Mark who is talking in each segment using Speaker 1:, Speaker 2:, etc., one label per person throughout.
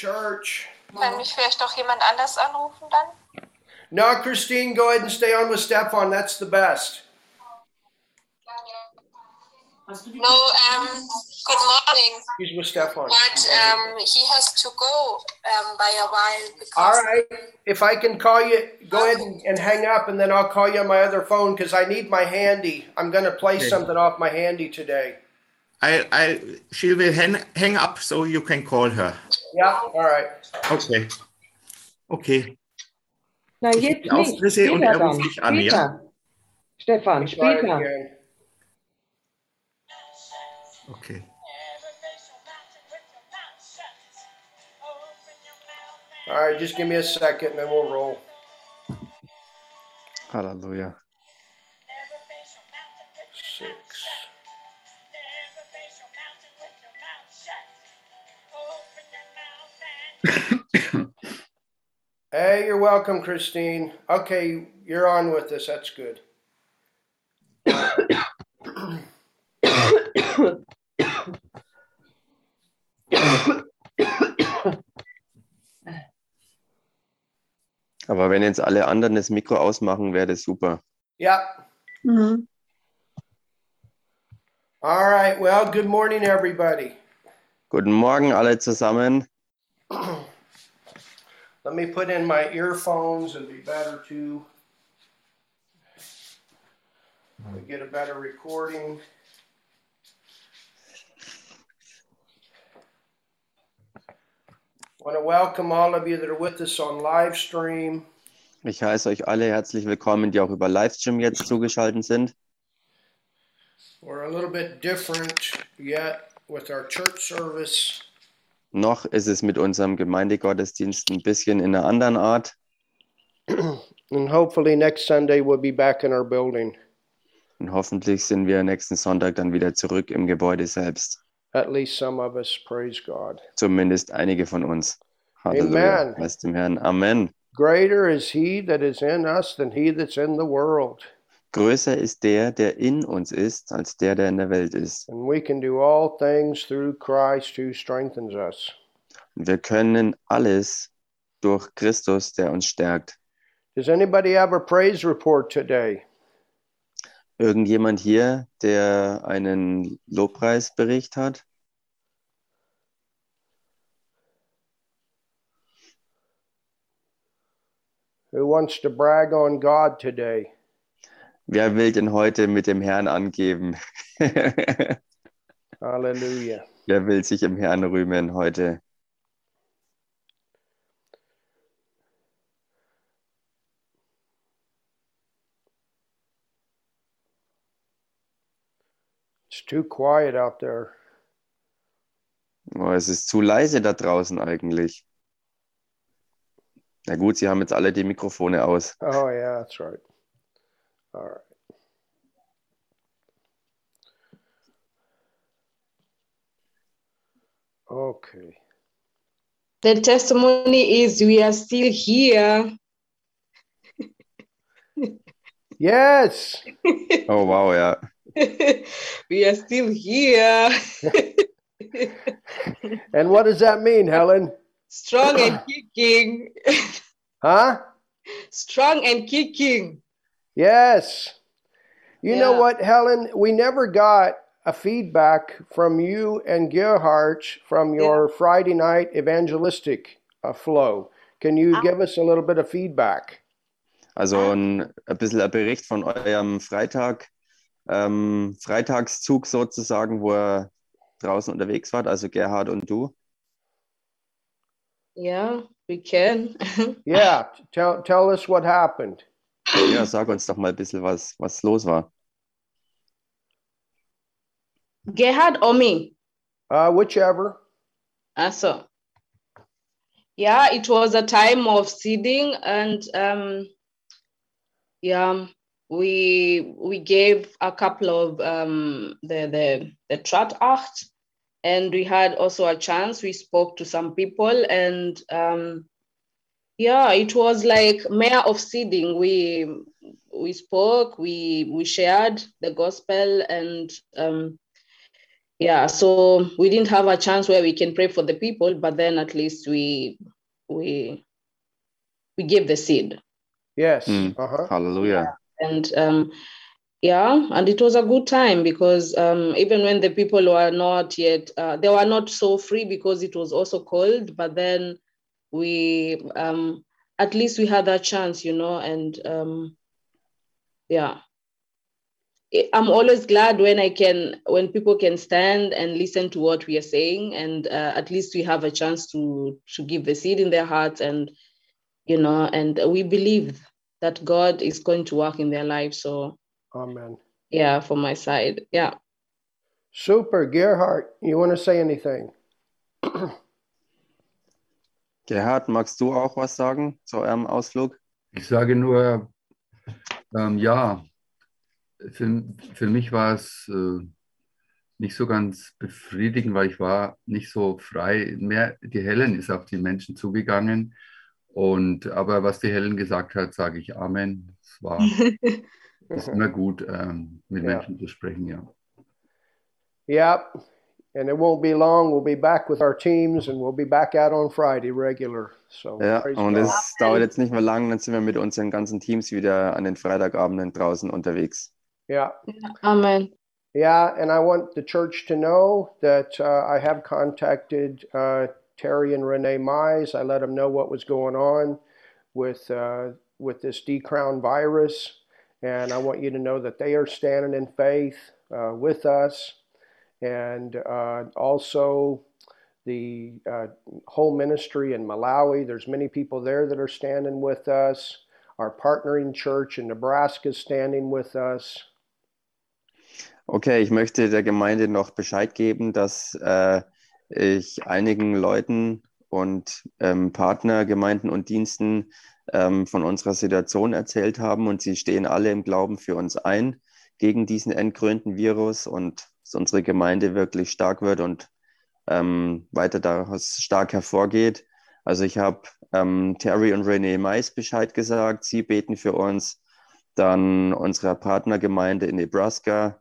Speaker 1: church.
Speaker 2: Kann mich vielleicht noch jemand anders anrufen dann?
Speaker 1: No, Christine, go ahead and stay on with Stefan. That's the best.
Speaker 2: No, um, good morning.
Speaker 1: He's with Stefan.
Speaker 2: But um, he has to go um, by a while because
Speaker 1: All right. If I can call you, go ahead and, and hang up, and then I'll call you on my other phone because I need my handy. I'm going to play
Speaker 3: Okay.
Speaker 1: something off my handy today.
Speaker 3: I, I, she will hang, hang up so you can call her.
Speaker 1: Yeah. All right.
Speaker 3: Okay. Okay.
Speaker 4: Na, jetzt nicht.
Speaker 3: Die Auftritte und
Speaker 4: Später
Speaker 3: er
Speaker 4: dann.
Speaker 3: ruft dich an, ja?
Speaker 4: Später. Stefan,
Speaker 1: Try it
Speaker 4: später.
Speaker 1: again.
Speaker 3: Okay.
Speaker 1: All right. Just give me a second, and then we'll roll.
Speaker 5: Halleluja.
Speaker 1: Six. Hey, you're welcome, Christine. Okay, you're on with us. That's good.
Speaker 5: Aber wenn jetzt alle anderen das Mikro ausmachen, wäre das super.
Speaker 1: Yeah. All right. Well, good morning, everybody.
Speaker 5: Guten Morgen alle zusammen.
Speaker 1: Let me put in my earphones. It'd be better to we get a better recording. Want to welcome all of you that are with us on live stream.
Speaker 5: Ich heiße euch alle herzlich willkommen, die auch über Livestream jetzt zugeschaltet sind.
Speaker 1: We're a little bit different yet with our church service.
Speaker 5: Noch ist es mit unserem Gemeindegottesdienst ein bisschen in einer anderen Art.
Speaker 1: And hopefully next Sunday we'll be back in our building.
Speaker 5: Und hoffentlich sind wir nächsten Sonntag dann wieder zurück im Gebäude selbst.
Speaker 1: At least some of us, praise God.
Speaker 5: Zumindest einige von uns.
Speaker 1: Amen.
Speaker 5: Preis dem Herrn. Amen.
Speaker 1: Greater is he that is in us than he that's in the world.
Speaker 5: Größer ist der, der in uns ist, als der, der in der Welt ist.
Speaker 1: And we can do all things through Christ who strengthens us.
Speaker 5: Und wir können alles durch Christus, der uns stärkt.
Speaker 1: Does anybody have a praise report today?
Speaker 5: Irgendjemand hier, der einen Lobpreisbericht hat?
Speaker 1: Who wants to brag on God today?
Speaker 5: Wer will denn heute mit dem Herrn angeben? Wer
Speaker 1: Hallelujah.
Speaker 5: will sich im Herrn rühmen heute?
Speaker 1: It's too quiet out there.
Speaker 5: Oh, es ist zu leise da draußen eigentlich. Na gut, Sie haben jetzt alle die Mikrofone aus.
Speaker 1: Oh, yeah, that's right. All right. Okay.
Speaker 6: The testimony is we are still here.
Speaker 1: Yes.
Speaker 5: Oh, wow, ja.
Speaker 6: we are still here.
Speaker 1: And what does that mean, Helen?
Speaker 6: Strong and kicking.
Speaker 1: Huh?
Speaker 6: Strong and kicking.
Speaker 1: Yes. You know
Speaker 6: Yeah.
Speaker 1: what, Helen? We never got a feedback from you and Gerhard from your Friday night evangelistic uh, flow. Can you
Speaker 6: Ah.
Speaker 1: give us a little bit of feedback?
Speaker 5: Also ein, ein bisschen ein Bericht von eurem Freitag, ähm, Freitagszug sozusagen, wo ihr draußen unterwegs wart, also Gerhard und du.
Speaker 6: Yeah, we can.
Speaker 1: Yeah, t- tell tell us what happened.
Speaker 5: Ja, sag uns doch mal ein bisschen, was, was los war.
Speaker 6: Gerhard or me?
Speaker 1: Uh, whichever.
Speaker 6: Also. Yeah, it was a time of seeding and um, yeah, we we gave a couple of um, the the the trot acht, and we had also a chance. We spoke to some people, and um, yeah, it was like mayor of seeding. We we spoke, we we shared the gospel, and um,
Speaker 7: yeah so we didn't have a chance where we can pray for the people but then at least we we we gave the seed
Speaker 1: Yes.
Speaker 5: Mm.
Speaker 1: Uh-huh.
Speaker 5: Hallelujah.
Speaker 7: and um yeah and it was a good time because um even when the people were not yet uh, they were not so free because it was also cold but then we um at least we had that chance you know and um yeah I- i'm always glad when i can when people can stand and listen to what we are saying and uh, at least we have a chance to to give the seed in their hearts and you know and we believe that god is going to work in their lives so
Speaker 1: Amen.
Speaker 7: yeah from my side yeah
Speaker 1: Super. Gerhard, you want to say anything?
Speaker 5: Gerhard, magst du auch was sagen zu eurem Ausflug?
Speaker 8: Ich sage nur, ähm, ja, für, für mich war es äh, nicht so ganz befriedigend, weil ich war nicht so frei. Mehr die Helen ist auf die Menschen zugegangen. Und aber was die Helen gesagt hat, sage ich Amen. Es war ist immer gut, ähm, mit
Speaker 1: Ja.
Speaker 8: Menschen zu sprechen, ja.
Speaker 1: Yep. And it won't be long. We'll be back with our teams and we'll be back out on Friday regular. So
Speaker 5: Ja,
Speaker 1: praise
Speaker 5: und
Speaker 1: God.
Speaker 5: es dauert jetzt nicht mehr lang, dann sind wir mit unseren ganzen Teams wieder an den Freitagabenden draußen unterwegs.
Speaker 1: yeah.
Speaker 7: amen
Speaker 1: Yeah, and I want the church to know that uh, I have contacted uh, Terry and Renee Mize. I let them know what was going on with uh, with this decrown virus, and I want you to know that they are standing in faith uh, with us, and uh, also the uh, whole ministry in Malawi. There's many people there that are standing with us. Our partnering church in Nebraska is standing with us.
Speaker 5: Okay, ich möchte der Gemeinde noch Bescheid geben, dass äh, ich einigen Leuten und ähm, Partnergemeinden und Diensten ähm, von unserer Situation erzählt haben und sie stehen alle im Glauben für uns ein gegen diesen entkrönten Virus und dass unsere Gemeinde wirklich stark wird und ähm, weiter daraus stark hervorgeht. Also ich habe ähm, Terry und Renee Mais Bescheid gesagt, sie beten für uns, dann unserer Partnergemeinde in Nebraska.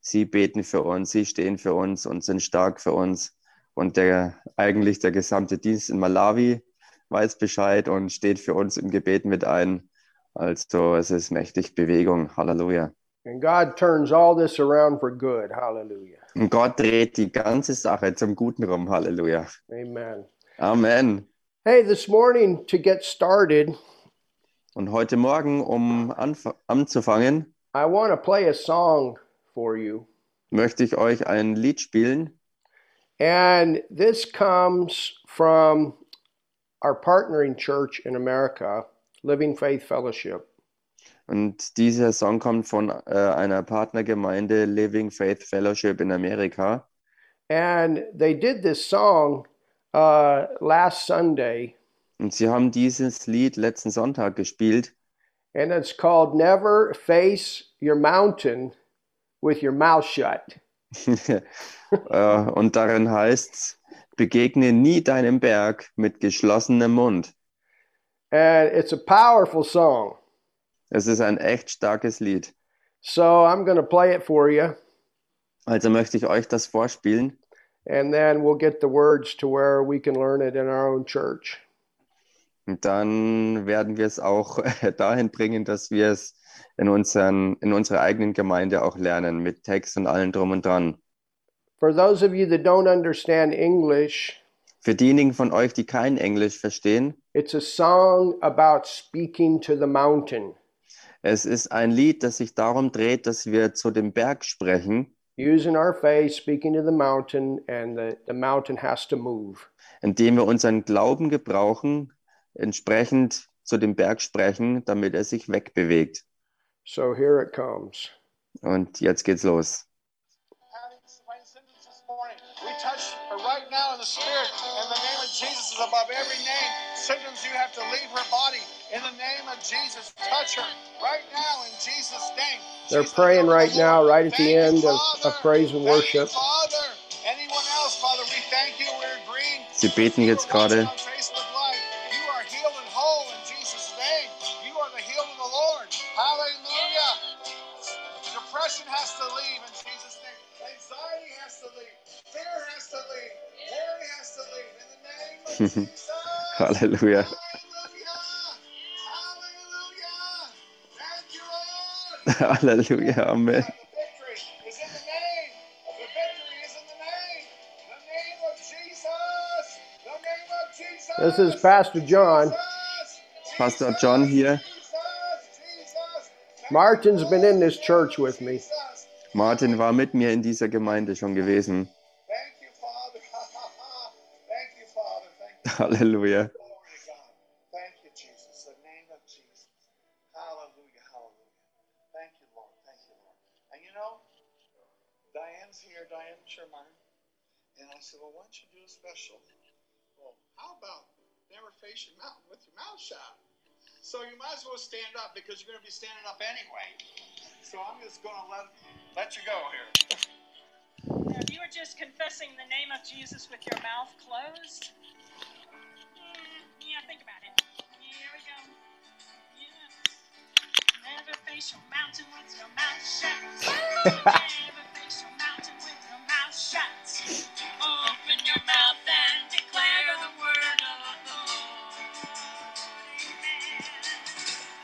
Speaker 5: Sie beten für uns, sie stehen für uns und sind stark für uns. Und der, eigentlich der gesamte Dienst in Malawi weiß Bescheid und steht für uns im Gebet mit ein. Also es ist mächtig Bewegung. Halleluja.
Speaker 1: And God turns all this around for good. Hallelujah.
Speaker 5: Und Gott dreht die ganze Sache zum Guten rum. Halleluja.
Speaker 1: Amen.
Speaker 5: Amen.
Speaker 1: Hey, this morning to get started,
Speaker 5: Und heute Morgen, um anf- anzufangen,
Speaker 1: I want to play a song for you.
Speaker 5: möchte ich euch ein Lied spielen.
Speaker 1: And this comes from our partnering church in America, Living Faith Fellowship.
Speaker 5: Und dieser Song kommt von äh, einer Partnergemeinde Living Faith Fellowship in Amerika.
Speaker 1: And they did this song uh, last Sunday,
Speaker 5: Und sie haben dieses Lied letzten Sonntag gespielt
Speaker 1: and it's called Never Face Your Mountain with Your Mouth Shut.
Speaker 5: Äh, und darin heißt's, begegne nie deinem Berg mit geschlossenem Mund.
Speaker 1: And it's a powerful song.
Speaker 5: Es ist ein echt starkes Lied.
Speaker 1: So I'm going to play it for you.
Speaker 5: Also möchte ich euch das vorspielen
Speaker 1: and then we'll get the words to where we can learn it in our own church.
Speaker 5: und dann werden wir es auch dahin bringen, dass wir es in, unseren, in unserer eigenen Gemeinde auch lernen, mit Text und allem drum und dran.
Speaker 1: For those of you that don't understand English,
Speaker 5: Für diejenigen von euch, die kein Englisch verstehen,
Speaker 1: it's a song about speaking to the mountain
Speaker 5: es ist ein Lied, das sich darum dreht, dass wir zu dem Berg sprechen.
Speaker 1: using our faith, speaking to the mountain, and the, the mountain has to move.
Speaker 5: indem wir unseren Glauben gebrauchen, entsprechend zu dem Berg sprechen, damit er sich wegbewegt.
Speaker 1: So here it comes.
Speaker 5: Und jetzt geht's los.
Speaker 9: having this right sentence this morning. We touch right now in the spirit, and the name of Jesus is above every name. Symptoms you have to leave her body. In the name of Jesus, touch her right now in Jesus' name.
Speaker 1: They're
Speaker 9: She's
Speaker 1: praying right now, right at
Speaker 9: Thank
Speaker 1: the
Speaker 9: you,
Speaker 1: end of,
Speaker 9: Father.
Speaker 1: of praise and
Speaker 9: Thank you,
Speaker 1: worship.
Speaker 9: Father, anyone else, Father, we thank you. We're agreeing.
Speaker 5: Sie beten
Speaker 9: You
Speaker 5: jetzt
Speaker 9: are watching
Speaker 5: gerade.
Speaker 9: on Facebook Live. You are healed and whole in Jesus' name. You are the healed of the Lord. Hallelujah. Depression has to leave in Jesus' name. Anxiety has to leave.
Speaker 5: Halleluja. Halleluja. Amen.
Speaker 1: This is Pastor John.
Speaker 5: Pastor John hier.
Speaker 1: Martin's been in this church with me.
Speaker 5: Martin war mit mir in dieser Gemeinde schon gewesen.
Speaker 9: Thank you, Father. Thank you, Father. Thank you.
Speaker 5: Halleluja.
Speaker 9: Glory to God. Thank you, Jesus. The name of Jesus. Hallelujah. Hallelujah. Thank you, Lord. Thank you, Lord. And you know, Diane's here, Diane Sherman. And I said, Well, why don't you do a special? Well, how about never face your mouth with your mouth shut? So you might as well stand up because you're going to be standing up anyway. So I'm just going to let let you go here.
Speaker 10: If you were just confessing the name of Jesus with your mouth closed, yeah, yeah, think about it. Here we go. Yeah. Never face your mountain with your mouth shut. Never face your mountain with your mouth shut. Open your mouth and declare the word of the Lord. Amen.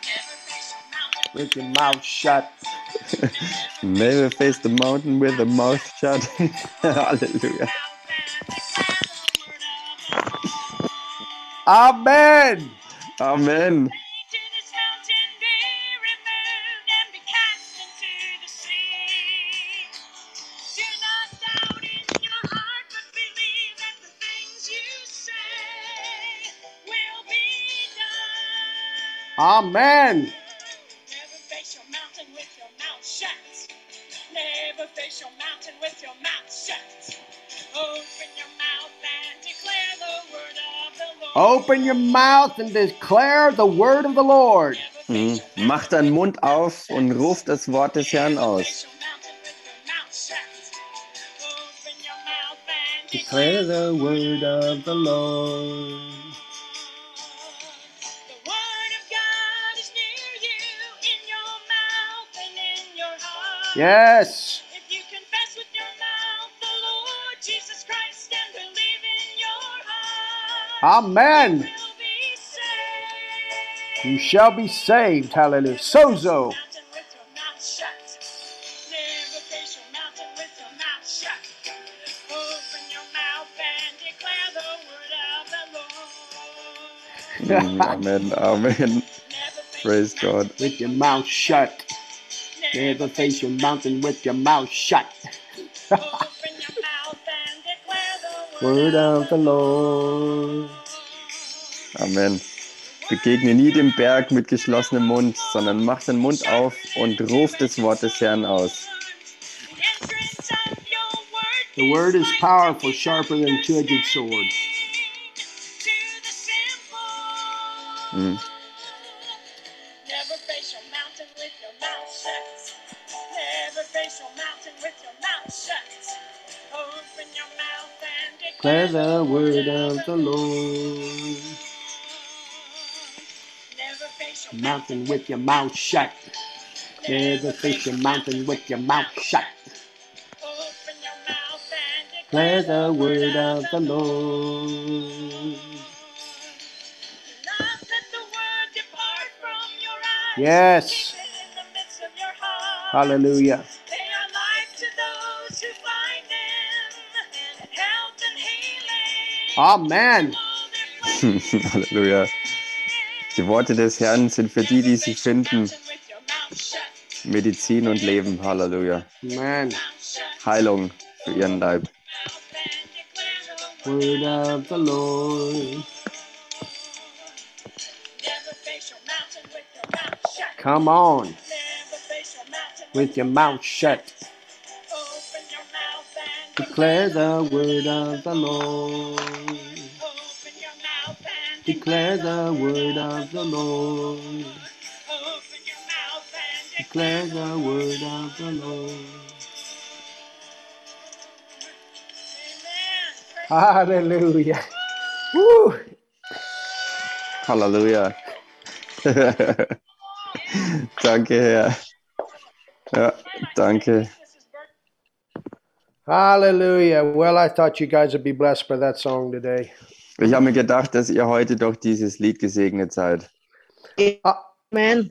Speaker 10: Never face your mountain
Speaker 1: With your mouth shut.
Speaker 5: Never face the mountain with the mouth shut. Halleluja.
Speaker 10: mouth and declare the word of
Speaker 1: Amen.
Speaker 5: Amen.
Speaker 10: the Lord. To this mountain be removed and be cast into the sea. Do not doubt in your heart, but believe that the things you say will be done.
Speaker 1: Amen.
Speaker 10: Never face your mountain with your mouth shut. Never face your mountain with your mouth shut. Open your mouth and declare the word of the Lord.
Speaker 1: Open your mouth and declare the word of the Lord.
Speaker 10: Never face
Speaker 5: Mhm.
Speaker 10: your mountain
Speaker 5: Mach deinen Mund auf und ruf das Wort des Herrn aus.
Speaker 1: Declare the word of the Lord.
Speaker 10: The word of God is near you, in your mouth and in your heart.
Speaker 1: Yes.
Speaker 10: If you confess with your mouth the Lord Jesus Christ and believe in your
Speaker 1: Ah.
Speaker 10: heart,
Speaker 1: Amen.
Speaker 10: you will be saved.
Speaker 1: You shall be saved. Hallelujah. Sozo.
Speaker 10: Mountain with your mouth shut. Never face your mountain with your mouth shut. Open your mouth and declare the word of the Lord.
Speaker 5: Mhm. Amen. Amen.
Speaker 10: Never face
Speaker 5: Praise
Speaker 10: your
Speaker 5: God.
Speaker 10: mountain
Speaker 1: With your mouth shut. Never face your mountain with your mouth shut.
Speaker 10: Open your mouth and declare the
Speaker 1: Word of the Lord.
Speaker 5: Amen. Begegne nie dem Berg mit geschlossenem Mund, sondern mach den Mund auf und ruf das Wort des Herrn aus.
Speaker 1: The word is powerful, sharper than two edged sword.
Speaker 5: Mhm.
Speaker 10: Never face your mountain with your mouth shut. Never face your mountain with your mouth shut. Open your mouth and
Speaker 1: Declare
Speaker 10: declare
Speaker 1: the word of the Lord.
Speaker 10: Never face your
Speaker 1: Mountain with your mouth shut. Never face your mountain with your mouth shut.
Speaker 10: Open your mouth and
Speaker 1: Declare
Speaker 10: declare
Speaker 1: the word of the Lord.
Speaker 10: Not let the word depart from your eyes.
Speaker 1: Yes.
Speaker 10: Keep it in the midst of your heart.
Speaker 1: Hallelujah.
Speaker 10: They are life to those who find them. Health and healing.
Speaker 1: Amen.
Speaker 10: All their ways.
Speaker 5: Halleluja. Die Worte des Herrn sind für die, die sie finden,
Speaker 10: Mountain with your mouth shut.
Speaker 5: Medizin und Leben. Halleluja.
Speaker 1: Amen.
Speaker 10: Mouth shut.
Speaker 5: Heilung für ihren Leib.
Speaker 10: Mouth and declare the word.
Speaker 1: Word of the Lord.
Speaker 10: Never face your mountain with your mouth shut.
Speaker 1: Come on.
Speaker 10: Never face your mountain
Speaker 1: With your mouth shut.
Speaker 10: Open your mouth and
Speaker 1: Declare the word of the Lord.
Speaker 10: Open your mouth and
Speaker 1: Declare the word of the Lord.
Speaker 10: Open your mouth and
Speaker 1: Declare the word of the Lord.
Speaker 10: Amen.
Speaker 1: Hallelujah. Woo.
Speaker 5: Halleluja. danke, Herr. Ja, danke.
Speaker 1: Hallelujah. Well, I thought you guys would be blessed by that song today.
Speaker 5: Ich habe mir gedacht, dass ihr heute durch dieses Lied gesegnet seid.
Speaker 7: Amen.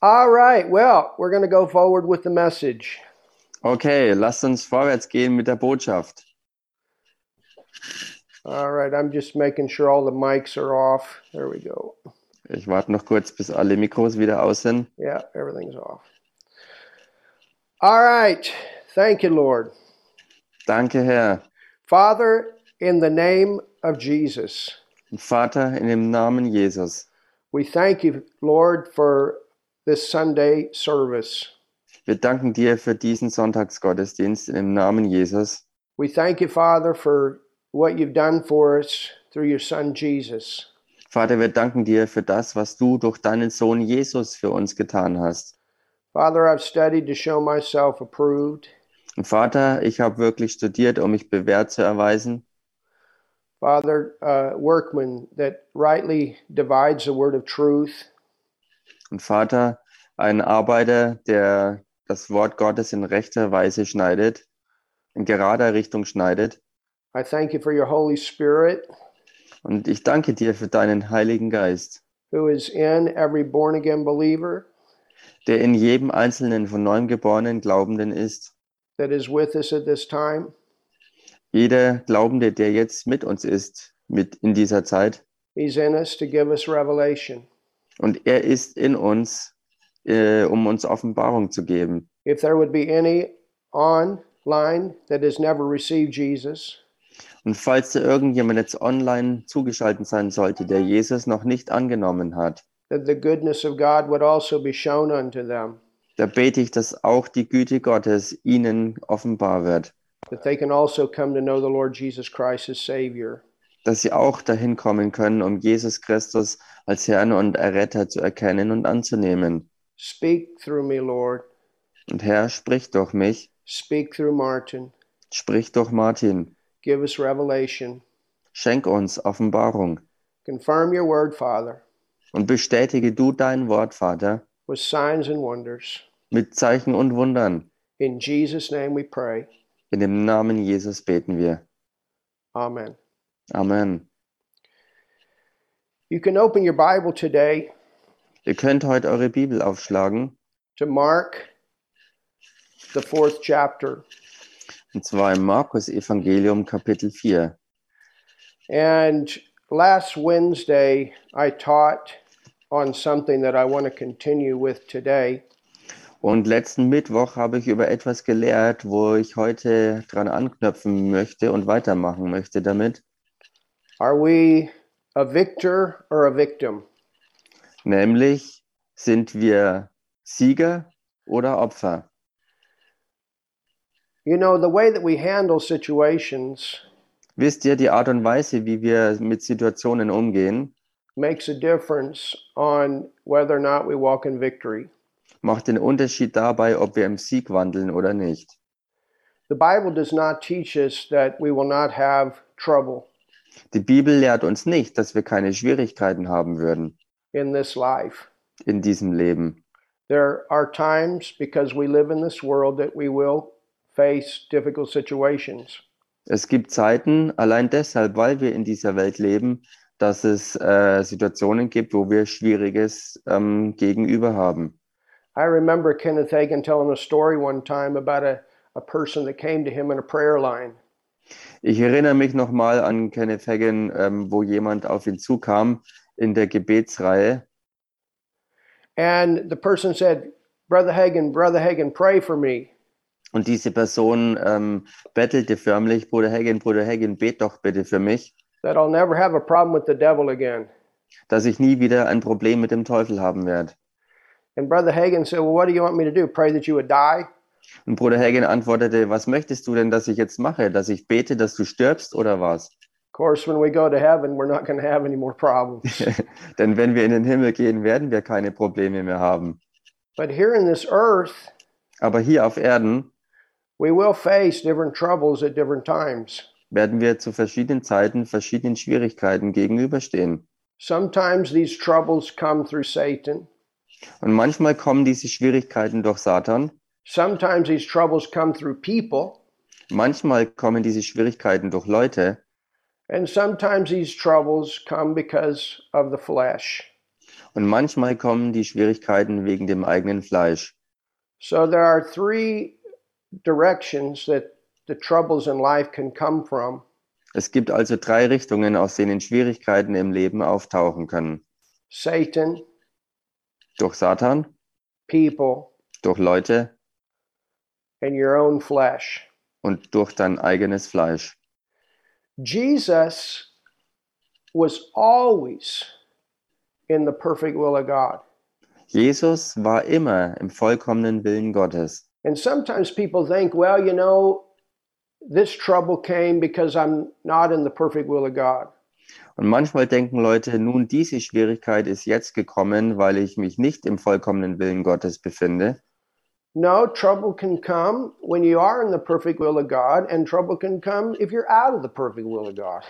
Speaker 1: All right, well, we're going to go forward with the message.
Speaker 5: Okay, lasst uns vorwärts gehen mit der Botschaft.
Speaker 1: All right, I'm just making sure all the mics are off. There we go.
Speaker 5: Ich warte noch kurz, bis alle Mikros wieder aus sind.
Speaker 1: Yeah, everything's off. All right, thank you, Lord.
Speaker 5: Danke, Herr.
Speaker 1: Father, in the name of Jesus,
Speaker 5: Vater, in dem Namen Jesus,
Speaker 1: we thank you, Lord, for this Sunday service.
Speaker 5: wir danken dir für diesen Sonntagsgottesdienst in dem Namen Jesus.
Speaker 1: We thank you, Father, for what you've done for us through your Son Jesus.
Speaker 5: Vater, wir danken dir für das, was du durch deinen Sohn Jesus für uns getan hast.
Speaker 1: Father, I've studied to show myself approved.
Speaker 5: Und Vater, ich habe wirklich studiert, um mich bewährt zu erweisen.
Speaker 1: Father, uh, workman that rightly divides the word of truth.
Speaker 5: Und Vater, ein Arbeiter, der das Wort Gottes in rechter Weise schneidet, in gerader Richtung schneidet.
Speaker 1: I thank you for your Holy Spirit
Speaker 5: Und ich danke dir für deinen Heiligen Geist,
Speaker 1: who is in every born again believer,
Speaker 5: der in jedem einzelnen von neuem geborenen Glaubenden ist.
Speaker 1: that is with us at this time.
Speaker 5: Jeder Glaubende, der jetzt mit uns ist, mit in dieser Zeit.
Speaker 1: He's in us to give us revelation.
Speaker 5: Und er ist in uns, äh, um uns Offenbarung zu geben.
Speaker 1: If there would be any online that has never received Jesus,
Speaker 5: Und falls da irgendjemand jetzt online zugeschaltet sein sollte, der Jesus noch nicht angenommen hat,
Speaker 1: that the goodness of God would also be shown unto them,
Speaker 5: da bete ich, dass auch die Güte Gottes ihnen offenbar wird,
Speaker 1: that they can also come to know the Lord Jesus Christ as Savior.
Speaker 5: dass sie auch dahin kommen können, um Jesus Christus als Herrn und Erretter zu erkennen und anzunehmen.
Speaker 1: Speak through me, Lord.
Speaker 5: Und Herr, sprich durch mich,
Speaker 1: Speak through Martin.
Speaker 5: sprich durch Martin,
Speaker 1: Give us revelation.
Speaker 5: schenk uns Offenbarung
Speaker 1: Confirm your word, Father,
Speaker 5: und bestätige du dein Wort, Vater,
Speaker 1: with signs and wonders.
Speaker 5: mit Zeichen und Wundern.
Speaker 1: In Jesus' name we pray.
Speaker 5: In dem Namen Jesus beten wir.
Speaker 1: Amen.
Speaker 5: Amen.
Speaker 1: You can open your Bible today
Speaker 5: Ihr könnt heute eure Bibel aufschlagen,
Speaker 1: to Mark, the fourth chapter.
Speaker 5: und zwar im Markus Evangelium Kapitel 4.
Speaker 1: And last Wednesday, I taught on something that I want to continue with today.
Speaker 5: Und letzten Mittwoch habe ich über etwas gelehrt, wo ich heute dran anknüpfen möchte und weitermachen möchte damit,
Speaker 1: Are we a victor or a victim?
Speaker 5: nämlich sind wir Sieger oder Opfer?
Speaker 1: You know, the way that we handle situations
Speaker 5: Wisst ihr, die Art und Weise, wie wir mit Situationen umgehen,
Speaker 1: makes a difference on whether or not we walk in victory.
Speaker 5: macht den Unterschied dabei, ob wir im Sieg wandeln oder nicht.
Speaker 1: The Bible does not teach us that we will not have trouble
Speaker 5: Die Bibel lehrt uns nicht, dass wir keine Schwierigkeiten haben würden
Speaker 1: in this life.
Speaker 5: in diesem Leben.
Speaker 1: There are times, because we live in this world, that we will face difficult situations.
Speaker 5: Es gibt Zeiten, allein deshalb, weil wir in dieser Welt leben, dass es äh, Situationen gibt, wo wir Schwieriges ähm, gegenüber haben.
Speaker 1: I remember Kenneth Hagin telling a story one time about a, a person that came to him in a prayer line.
Speaker 5: Ich erinnere mich nochmal an Kenneth Hagin, ähm, wo jemand auf ihn zukam in der Gebetsreihe
Speaker 1: And the person said, Brother Hagin, Brother Hagin, pray for me.
Speaker 5: und diese Person ähm, bettelte förmlich, Bruder Hagin, Bruder Hagin, bet doch bitte für mich,
Speaker 1: That I'll never have a problem with the devil again.
Speaker 5: dass ich nie wieder ein Problem mit dem Teufel haben werde.
Speaker 1: And Brother Hagin said, Well, what do you want me to do? Pray that you would die?
Speaker 5: Und Bruder Hagin antwortete, was möchtest du denn, dass ich jetzt mache? Dass ich bete, dass du stirbst oder was?
Speaker 1: Of course, when we go to heaven, we're not going to have any more problems.
Speaker 5: Denn wenn wir in den Himmel gehen, werden wir keine Probleme mehr haben.
Speaker 1: but here in this earth,
Speaker 5: Aber hier auf Erden
Speaker 1: we will face different troubles at different times.
Speaker 5: werden wir zu verschiedenen Zeiten verschiedenen Schwierigkeiten gegenüberstehen.
Speaker 1: Sometimes these troubles come through Satan.
Speaker 5: Und manchmal kommen diese Schwierigkeiten durch Satan,
Speaker 1: Sometimes these troubles come through people.
Speaker 5: manchmal kommen diese Schwierigkeiten durch Leute
Speaker 1: And sometimes these troubles come because of the flesh.
Speaker 5: Und manchmal kommen die Schwierigkeiten wegen dem eigenen Fleisch.
Speaker 1: So there are three directions that the troubles in life can come from.
Speaker 5: Es gibt also drei Richtungen, aus denen Schwierigkeiten im Leben auftauchen können.
Speaker 1: Satan,
Speaker 5: Durch Satan,
Speaker 1: people,
Speaker 5: durch Leute
Speaker 1: and your own flesh.
Speaker 5: und durch dein eigenes Fleisch.
Speaker 1: Jesus was always in the perfect will of God.
Speaker 5: Jesus war immer im vollkommenen Willen Gottes.
Speaker 1: And sometimes people think, well, you know, this trouble came because I'm not in the perfect will of God.
Speaker 5: Und manchmal denken Leute, nun, diese Schwierigkeit ist jetzt gekommen, weil ich mich nicht im vollkommenen Willen Gottes befinde.
Speaker 1: No, trouble can come when you are in the perfect will of God, and trouble can come if you're out of the perfect will of God.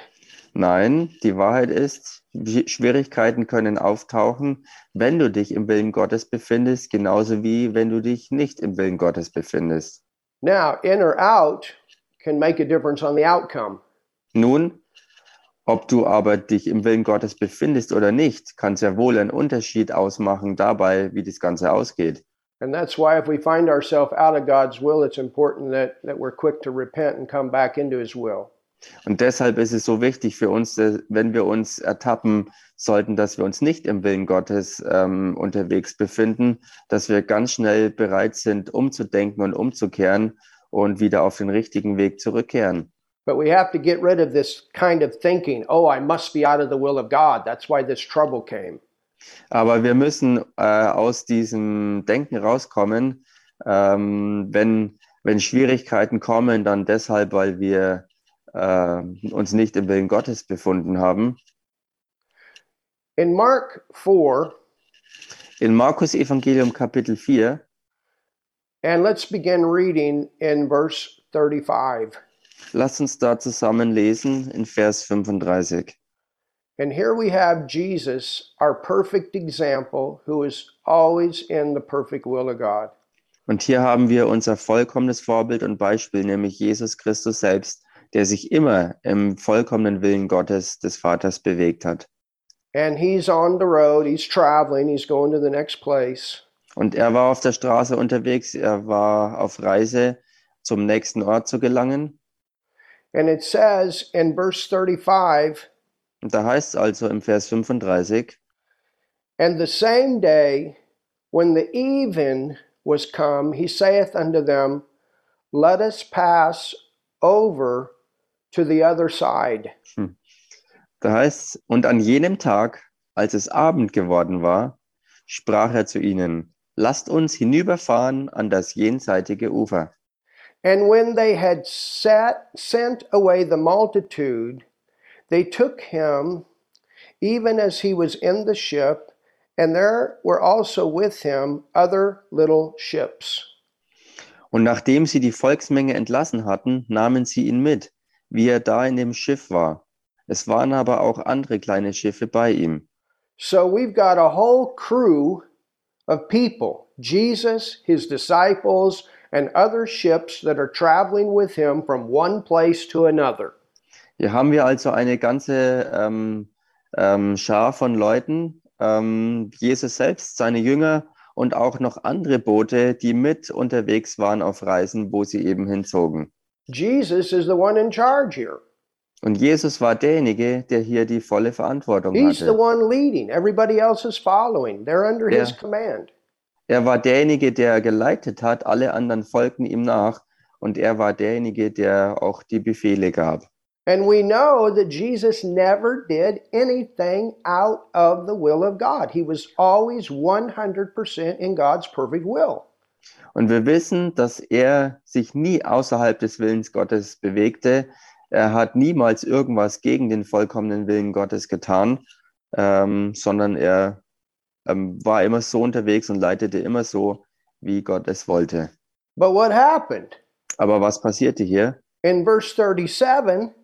Speaker 5: Nein, die Wahrheit ist, Sch- Schwierigkeiten können auftauchen, wenn du dich im Willen Gottes befindest, genauso wie wenn du dich nicht im Willen Gottes befindest.
Speaker 1: Now, in or out can make a difference on the outcome.
Speaker 5: Nun, ob du aber dich im Willen Gottes befindest oder nicht, kann sehr wohl einen Unterschied ausmachen dabei, wie das Ganze ausgeht.
Speaker 1: And that's why if we find ourselves out of God's will, it's important that, that we're quick to repent and come back into His will.
Speaker 5: Und deshalb ist es so wichtig für uns, dass, wenn wir uns ertappen sollten, dass wir uns nicht im Willen Gottes ähm, unterwegs befinden, dass wir ganz schnell bereit sind, umzudenken und umzukehren und wieder auf den richtigen Weg zurückkehren.
Speaker 1: But we have to get rid of this kind of thinking oh, I must be out of the will of God. That's why this trouble came.
Speaker 5: Aber wir müssen äh, aus diesem Denken rauskommen, ähm, wenn, wenn Schwierigkeiten kommen, dann deshalb, weil wir äh, uns nicht im Willen Gottes befunden haben.
Speaker 1: In Mark 4,
Speaker 5: In Markus Evangelium Kapitel 4
Speaker 1: and let's begin reading in verse 35.
Speaker 5: Lasst uns da zusammen lesen in Vers 35.
Speaker 1: And here we have Jesus, our perfect example, who is always in the perfect will of God.
Speaker 5: Und hier haben wir unser vollkommenes Vorbild und Beispiel, nämlich Jesus Christus selbst, der sich immer im vollkommenen Willen Gottes des Vaters bewegt hat.
Speaker 1: And he's on the road, he's traveling, he's going to the next place.
Speaker 5: Und er war auf der Straße unterwegs, er war auf Reise, zum nächsten Ort zu gelangen.
Speaker 1: And it says in verse 35
Speaker 5: Und da heißt es also im Vers 35,
Speaker 1: And the same day, when the even was come, he saith unto them, Let us pass over to the other side.
Speaker 5: da heißt es, und an jenem Tag, als es Abend geworden war, sprach er zu ihnen, lasst uns hinüberfahren an das jenseitige Ufer.
Speaker 1: And when they had set, sent away the multitude, they took him, even as he was in the ship, and there were also with him other little ships.
Speaker 5: Und nachdem sie die Volksmenge entlassen hatten, nahmen sie ihn mit, wie er da in dem Schiff war. Es waren aber auch andere kleine Schiffe bei ihm.
Speaker 1: So we've got a whole crew of people Jesus, his disciples, and other ships that are traveling with him from one place to another.
Speaker 5: Hier haben wir also eine ganze ähm, ähm, Schar von Leuten, ähm, Jesus selbst, seine Jünger und auch noch andere Boote, die mit unterwegs waren auf Reisen, wo sie eben hinzogen.
Speaker 1: Jesus is the one in charge here.
Speaker 5: Und Jesus war derjenige, der hier die volle Verantwortung
Speaker 1: He's the
Speaker 5: hatte.
Speaker 1: one leading. Everybody else is following. They're under his
Speaker 5: Yeah.
Speaker 1: command.
Speaker 5: Er war derjenige, der geleitet hat, alle anderen folgten ihm nach und er war derjenige, der auch die Befehle gab.
Speaker 1: And we know that Jesus never did anything out of the will of God. He was always 100% in God's perfect will.
Speaker 5: Und wir wissen, dass er sich nie außerhalb des Willens Gottes bewegte. Er hat niemals irgendwas gegen den vollkommenen Willen Gottes getan, ähm, sondern er ähm, war immer so unterwegs und leitete immer so, wie Gott es wollte.
Speaker 1: But what happened?
Speaker 5: Aber was passierte hier?
Speaker 1: In verse 37,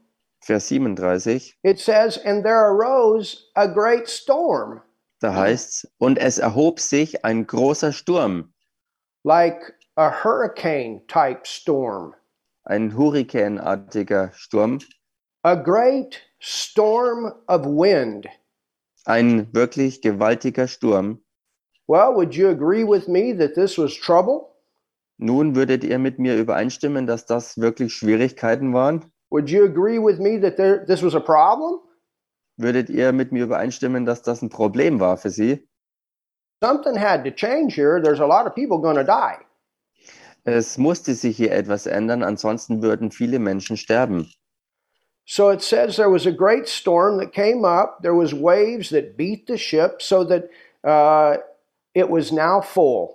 Speaker 5: Vers 37,
Speaker 1: it says, And there arose a great storm,
Speaker 5: da heißt's, und es erhob sich ein großer Sturm,
Speaker 1: like a hurricane type storm.
Speaker 5: ein hurrikanartiger Sturm,
Speaker 1: a great storm of wind.
Speaker 5: Ein wirklich gewaltiger Sturm.
Speaker 1: Well, would you agree with me that this was trouble?
Speaker 5: Nun würdet ihr mit mir übereinstimmen, dass das wirklich Schwierigkeiten waren?
Speaker 1: Would you agree with me that there, this was a problem?
Speaker 5: Würdet ihr mit mir übereinstimmen, dass das ein Problem war für sie?
Speaker 1: Something had to change here. There's a lot of people going to die.
Speaker 5: Es musste sich hier etwas ändern, ansonsten würden viele Menschen sterben.
Speaker 1: So it says there was a great storm that came up. There was waves that beat the ship so that uh, it was now full.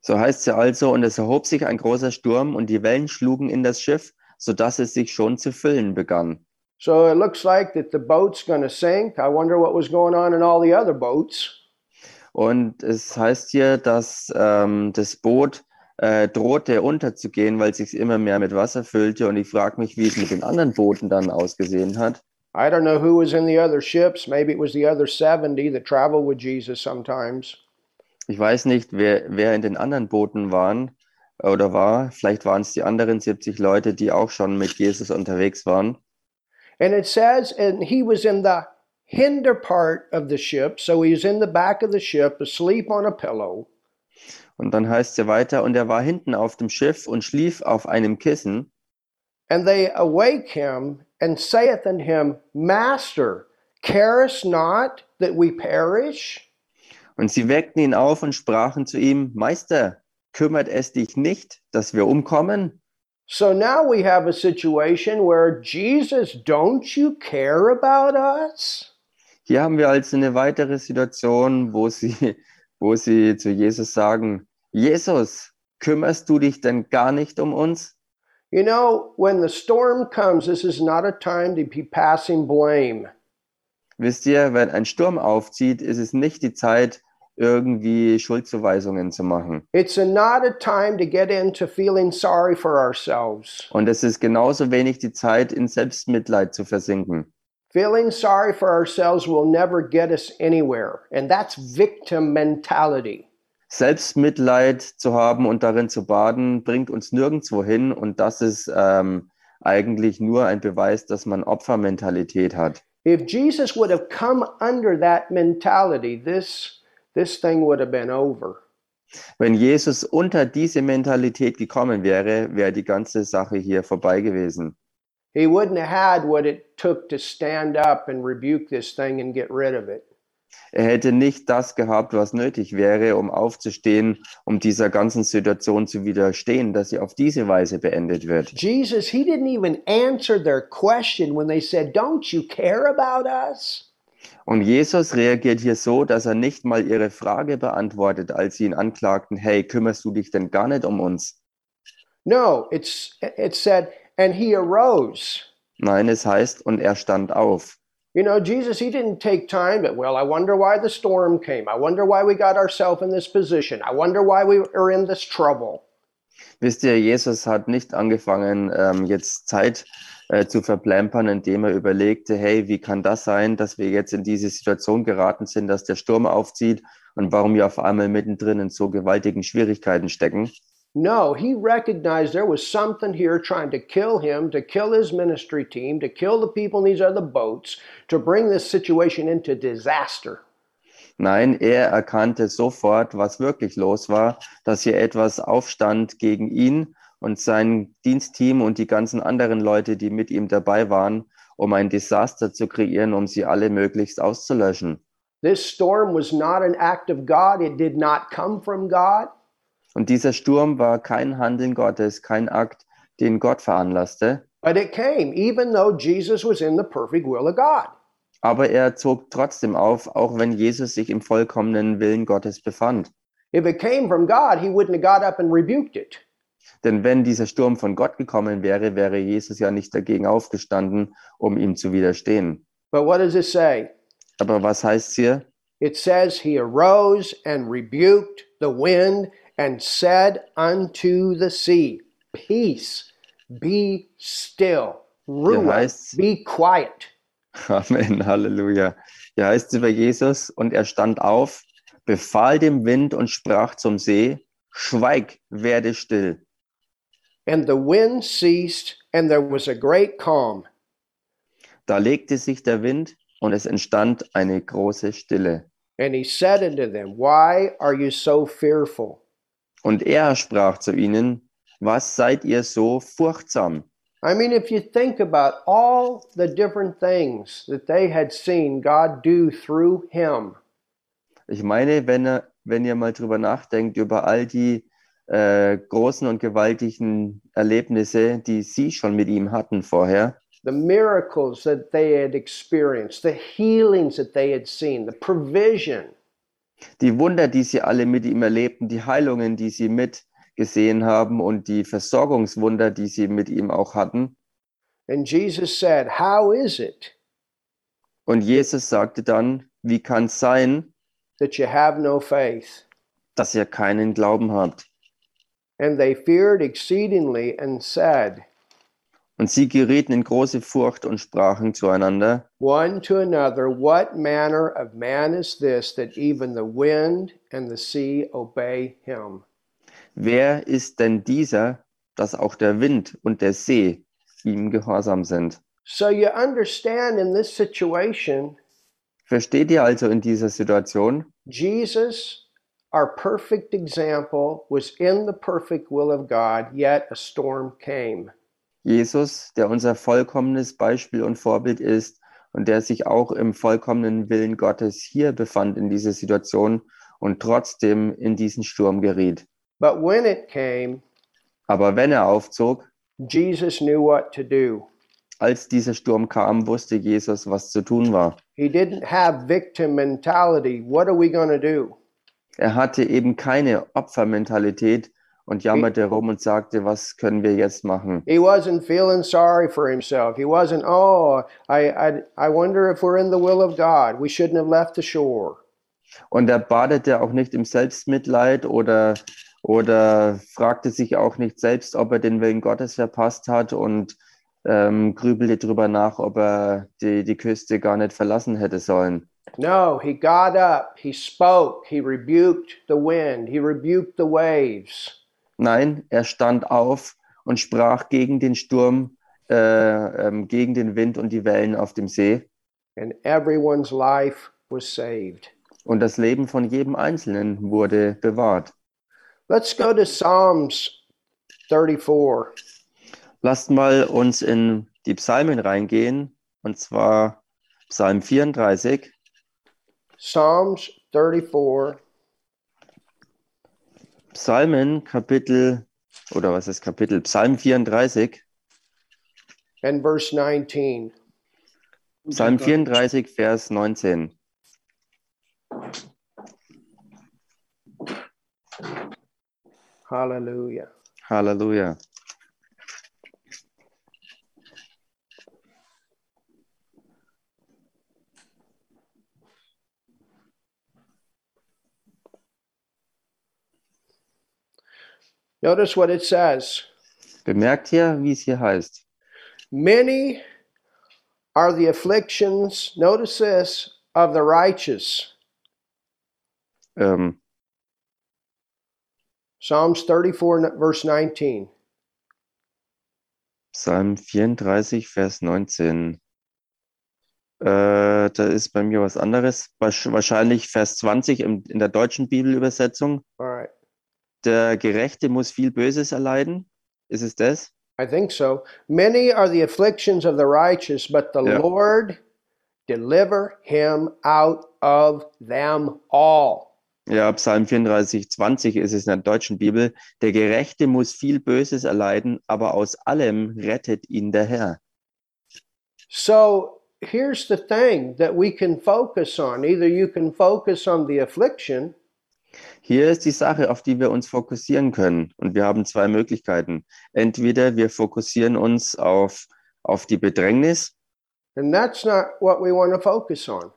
Speaker 5: So heißt es ja also, und es erhob sich ein großer Sturm und die Wellen schlugen in das Schiff, sodass es sich schon zu füllen begann.
Speaker 1: So it looks like that the boat's going to sink. I wonder what was going on in all the other boats.
Speaker 5: Und es heißt hier, dass ähm, das Boot äh, drohte unterzugehen, weil es sich immer mehr mit Wasser füllte. Und ich frage mich, wie es mit den anderen Booten dann ausgesehen hat.
Speaker 1: I don't know who was in the other ships. Maybe it was the other 70 that traveled with Jesus sometimes.
Speaker 5: Ich weiß nicht, wer, wer in den anderen Booten waren äh, oder war. Vielleicht waren es die anderen 70 Leute, die auch schon mit Jesus unterwegs waren.
Speaker 1: And it says, and he was in the hinder part of the ship. So he was in the back of the ship, asleep on a pillow.
Speaker 5: Und dann heißt es ja weiter, und er war hinten auf dem Schiff und schlief auf einem Kissen.
Speaker 1: And they awake him and saith unto him, Master, carest not that we perish?
Speaker 5: Und sie weckten ihn auf und sprachen zu ihm, Meister, kümmert es dich nicht, dass wir umkommen?
Speaker 1: So now we have a situation where Jesus, don't you care about us?
Speaker 5: Hier haben wir also eine weitere Situation, wo sie, wo sie zu Jesus sagen, Jesus, kümmerst du dich denn gar nicht um uns?
Speaker 1: You know, when the storm comes, this is not a time to be passing blame.
Speaker 5: Wisst ihr, wenn ein Sturm aufzieht, ist es nicht die Zeit, irgendwie Schuldzuweisungen zu machen.
Speaker 1: It's a, not a time to get into feeling sorry for ourselves.
Speaker 5: Und es ist genauso wenig die Zeit, in Selbstmitleid zu versinken.
Speaker 1: Feeling sorry for ourselves will never get us anywhere, and that's victim mentality.
Speaker 5: Selbstmitleid zu haben und darin zu baden, bringt uns nirgendwo hin. Und das ist ähm, eigentlich nur ein Beweis, dass man Opfermentalität hat.
Speaker 1: If Jesus would have come under that mentality, this this thing would have been over.
Speaker 5: Wenn Jesus unter diese Mentalität gekommen wäre, wäre die ganze Sache hier vorbei gewesen.
Speaker 1: He wouldn't have had what it took to stand up and rebuke this thing and get rid of it.
Speaker 5: Er hätte nicht das gehabt, was nötig wäre, um aufzustehen, um dieser ganzen Situation zu widerstehen, dass sie auf diese Weise beendet wird.
Speaker 1: Jesus, he didn't even answer their question when they said, "Don't you care about us?"
Speaker 5: Und Jesus reagiert hier so, dass er nicht mal ihre Frage beantwortet, als sie ihn anklagten, hey, kümmerst du dich denn gar nicht um uns?
Speaker 1: No, it's it said and he arose.
Speaker 5: Nein, es heißt, und er stand auf.
Speaker 1: You know, Jesus, he didn't take time, but well, I wonder why the storm came. I wonder why we got ourselves in this position. I wonder why we are in this trouble.
Speaker 5: Wisst ihr, Jesus hat nicht angefangen, ähm, jetzt Zeit äh, zu verplempern, indem er überlegte, hey, wie kann das sein, dass wir jetzt in diese Situation geraten sind, dass der Sturm aufzieht und warum wir auf einmal mittendrin in so gewaltigen Schwierigkeiten stecken.
Speaker 1: No, he recognized there was something here trying to kill him, to kill his ministry team, to kill the people in these other boats, to bring this situation into disaster.
Speaker 5: Nein, er erkannte sofort, was wirklich los war, dass hier etwas aufstand gegen ihn und sein Dienstteam und die ganzen anderen Leute, die mit ihm dabei waren, um ein Desaster zu kreieren, um sie alle möglichst auszulöschen.
Speaker 1: This storm was not an act of God. It did not come from God.
Speaker 5: Und dieser Sturm war kein Handeln Gottes, kein Akt, den Gott veranlasste,
Speaker 1: But it came, even though Jesus was in the perfect will of God.
Speaker 5: aber er zog trotzdem auf, auch wenn Jesus sich im vollkommenen Willen Gottes befand.
Speaker 1: If it came from God, he wouldn't have got up and rebuked it.
Speaker 5: Denn wenn dieser Sturm von Gott gekommen wäre, wäre Jesus ja nicht dagegen aufgestanden, um ihm zu widerstehen.
Speaker 1: But what does it say?
Speaker 5: Aber was heißt hier?
Speaker 1: It says, He arose and rebuked the wind and said unto the sea, Peace, be still. Ruah,
Speaker 5: heißt's-
Speaker 1: be quiet.
Speaker 5: Amen, Halleluja. Hier heißt es über Jesus, und er stand auf, befahl dem Wind und sprach zum See, Schweig, werde still.
Speaker 1: And the wind ceased, and there was a great calm.
Speaker 5: Da legte sich der Wind und es entstand eine große Stille.
Speaker 1: And he said unto them, Why are you so fearful?
Speaker 5: Und er sprach zu ihnen, was seid ihr so furchtsam?
Speaker 1: I mean, if you think about all the different things that they had seen God do through him,
Speaker 5: Ich meine, wenn ihr, wenn ihr mal drüber nachdenkt, über all die äh, großen und gewaltigen Erlebnisse, die sie schon mit ihm hatten vorher,
Speaker 1: the miracles that they had experienced, the healings that they had seen, the provision,
Speaker 5: die Wunder, die sie alle mit ihm erlebten, die Heilungen, die sie mitgesehen haben und die Versorgungswunder, die sie mit ihm auch hatten.
Speaker 1: And Jesus said, How is it
Speaker 5: Und Jesus sagte dann, wie kann es sein,
Speaker 1: that you have no faith?
Speaker 5: dass ihr keinen Glauben habt?
Speaker 1: And they feared exceedingly and said
Speaker 5: Und sie gerieten in große Furcht und sprachen zueinander,
Speaker 1: one to another, What manner of man is this that even the wind and the sea obey him?
Speaker 5: Wer ist denn dieser, dass auch der Wind und der See ihm gehorsam sind?
Speaker 1: So you understand in this situation,
Speaker 5: Versteht ihr also in dieser Situation,
Speaker 1: Jesus, our perfect example, was in the perfect will of God, yet a storm came.
Speaker 5: Jesus, der unser vollkommenes Beispiel und Vorbild ist und der sich auch im vollkommenen Willen Gottes hier befand in dieser Situation und trotzdem in diesen Sturm geriet.
Speaker 1: But when it came,
Speaker 5: Aber wenn er aufzog,
Speaker 1: Jesus knew what to do.
Speaker 5: als dieser Sturm kam, wusste Jesus, was zu tun war.
Speaker 1: He didn't have victim mentality. What are we going to do?
Speaker 5: Er hatte eben keine Opfermentalität und jammerte rum und sagte, was können wir jetzt machen?
Speaker 1: He wasn't feeling sorry for himself. He wasn't, oh, I, I, I wonder if we're in the will of God. We shouldn't have left the shore.
Speaker 5: Und er badete auch nicht im Selbstmitleid oder, oder fragte sich auch nicht selbst, ob er den Willen Gottes verpasst hat und ähm, grübelte drüber nach, ob er die, die Küste gar nicht verlassen hätte sollen.
Speaker 1: No, he got up, he spoke, he rebuked the wind, he rebuked the waves.
Speaker 5: Nein, er stand auf und sprach gegen den Sturm, äh, ähm, gegen den Wind und die Wellen auf dem See.
Speaker 1: and everyone's life was saved.
Speaker 5: Und das Leben von jedem Einzelnen wurde bewahrt.
Speaker 1: Let's go to Psalms 34.
Speaker 5: Lasst mal uns in die Psalmen reingehen, und zwar Psalm 34.
Speaker 1: Psalms 34,
Speaker 5: Psalmen, Kapitel, oder was ist Kapitel? Psalm 34,
Speaker 1: and verse 19.
Speaker 5: Psalm 34, Vers 19.
Speaker 1: Hallelujah.
Speaker 5: Halleluja.
Speaker 1: Notice what it says
Speaker 5: Bemerkt hier, wie es hier heißt.
Speaker 1: Many are the afflictions, notice this, of the righteous.
Speaker 5: Ähm,
Speaker 1: Psalms 34, n- verse 19.
Speaker 5: Psalm 34, Vers 19. Äh, da ist bei mir was anderes. Wasch- Wahrscheinlich Vers 20 im, in der deutschen Bibelübersetzung.
Speaker 1: All right.
Speaker 5: Der Gerechte muss viel Böses erleiden. Ist es das?
Speaker 1: I think so. Many are the afflictions of the righteous, but the
Speaker 5: Yeah.
Speaker 1: Lord deliver him out of them all.
Speaker 5: Ja, Psalm 34, 20 ist es in der deutschen Bibel. Der Gerechte muss viel Böses erleiden, aber aus allem rettet ihn der Herr.
Speaker 1: So here's the thing that we can focus on. Either you can focus on the affliction
Speaker 5: Hier ist die Sache, auf die wir uns fokussieren können. Und wir haben zwei Möglichkeiten. Entweder wir fokussieren uns auf, auf die Bedrängnis,
Speaker 1: and that's not what we want to focus on.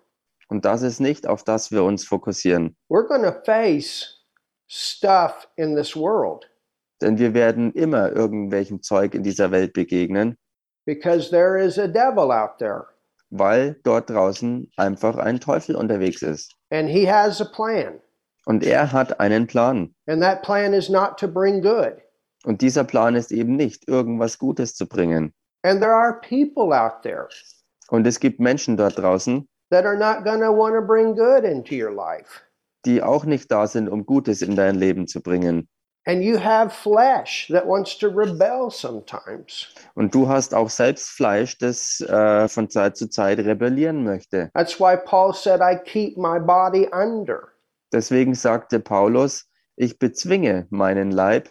Speaker 5: und das ist nicht, auf das wir uns fokussieren.
Speaker 1: We're going to face stuff in this world
Speaker 5: Denn wir werden immer irgendwelchem Zeug in dieser Welt begegnen,
Speaker 1: because there is a devil out there
Speaker 5: weil dort draußen einfach ein Teufel unterwegs ist.
Speaker 1: and he has a plan.
Speaker 5: Und er hat einen Plan.
Speaker 1: And that plan is not to bring good.
Speaker 5: Und dieser Plan ist eben nicht, irgendwas Gutes zu bringen.
Speaker 1: And there are people out there
Speaker 5: Und es gibt Menschen dort draußen,
Speaker 1: that are not going to want to bring good into your life.
Speaker 5: die auch nicht da sind, um Gutes in dein Leben zu bringen.
Speaker 1: And you have flesh that wants to rebel sometimes.
Speaker 5: Und du hast auch selbst Fleisch, das äh, von Zeit zu Zeit rebellieren möchte.
Speaker 1: That's why Paul said, I keep my body under.
Speaker 5: Deswegen sagte Paulus, ich bezwinge meinen Leib.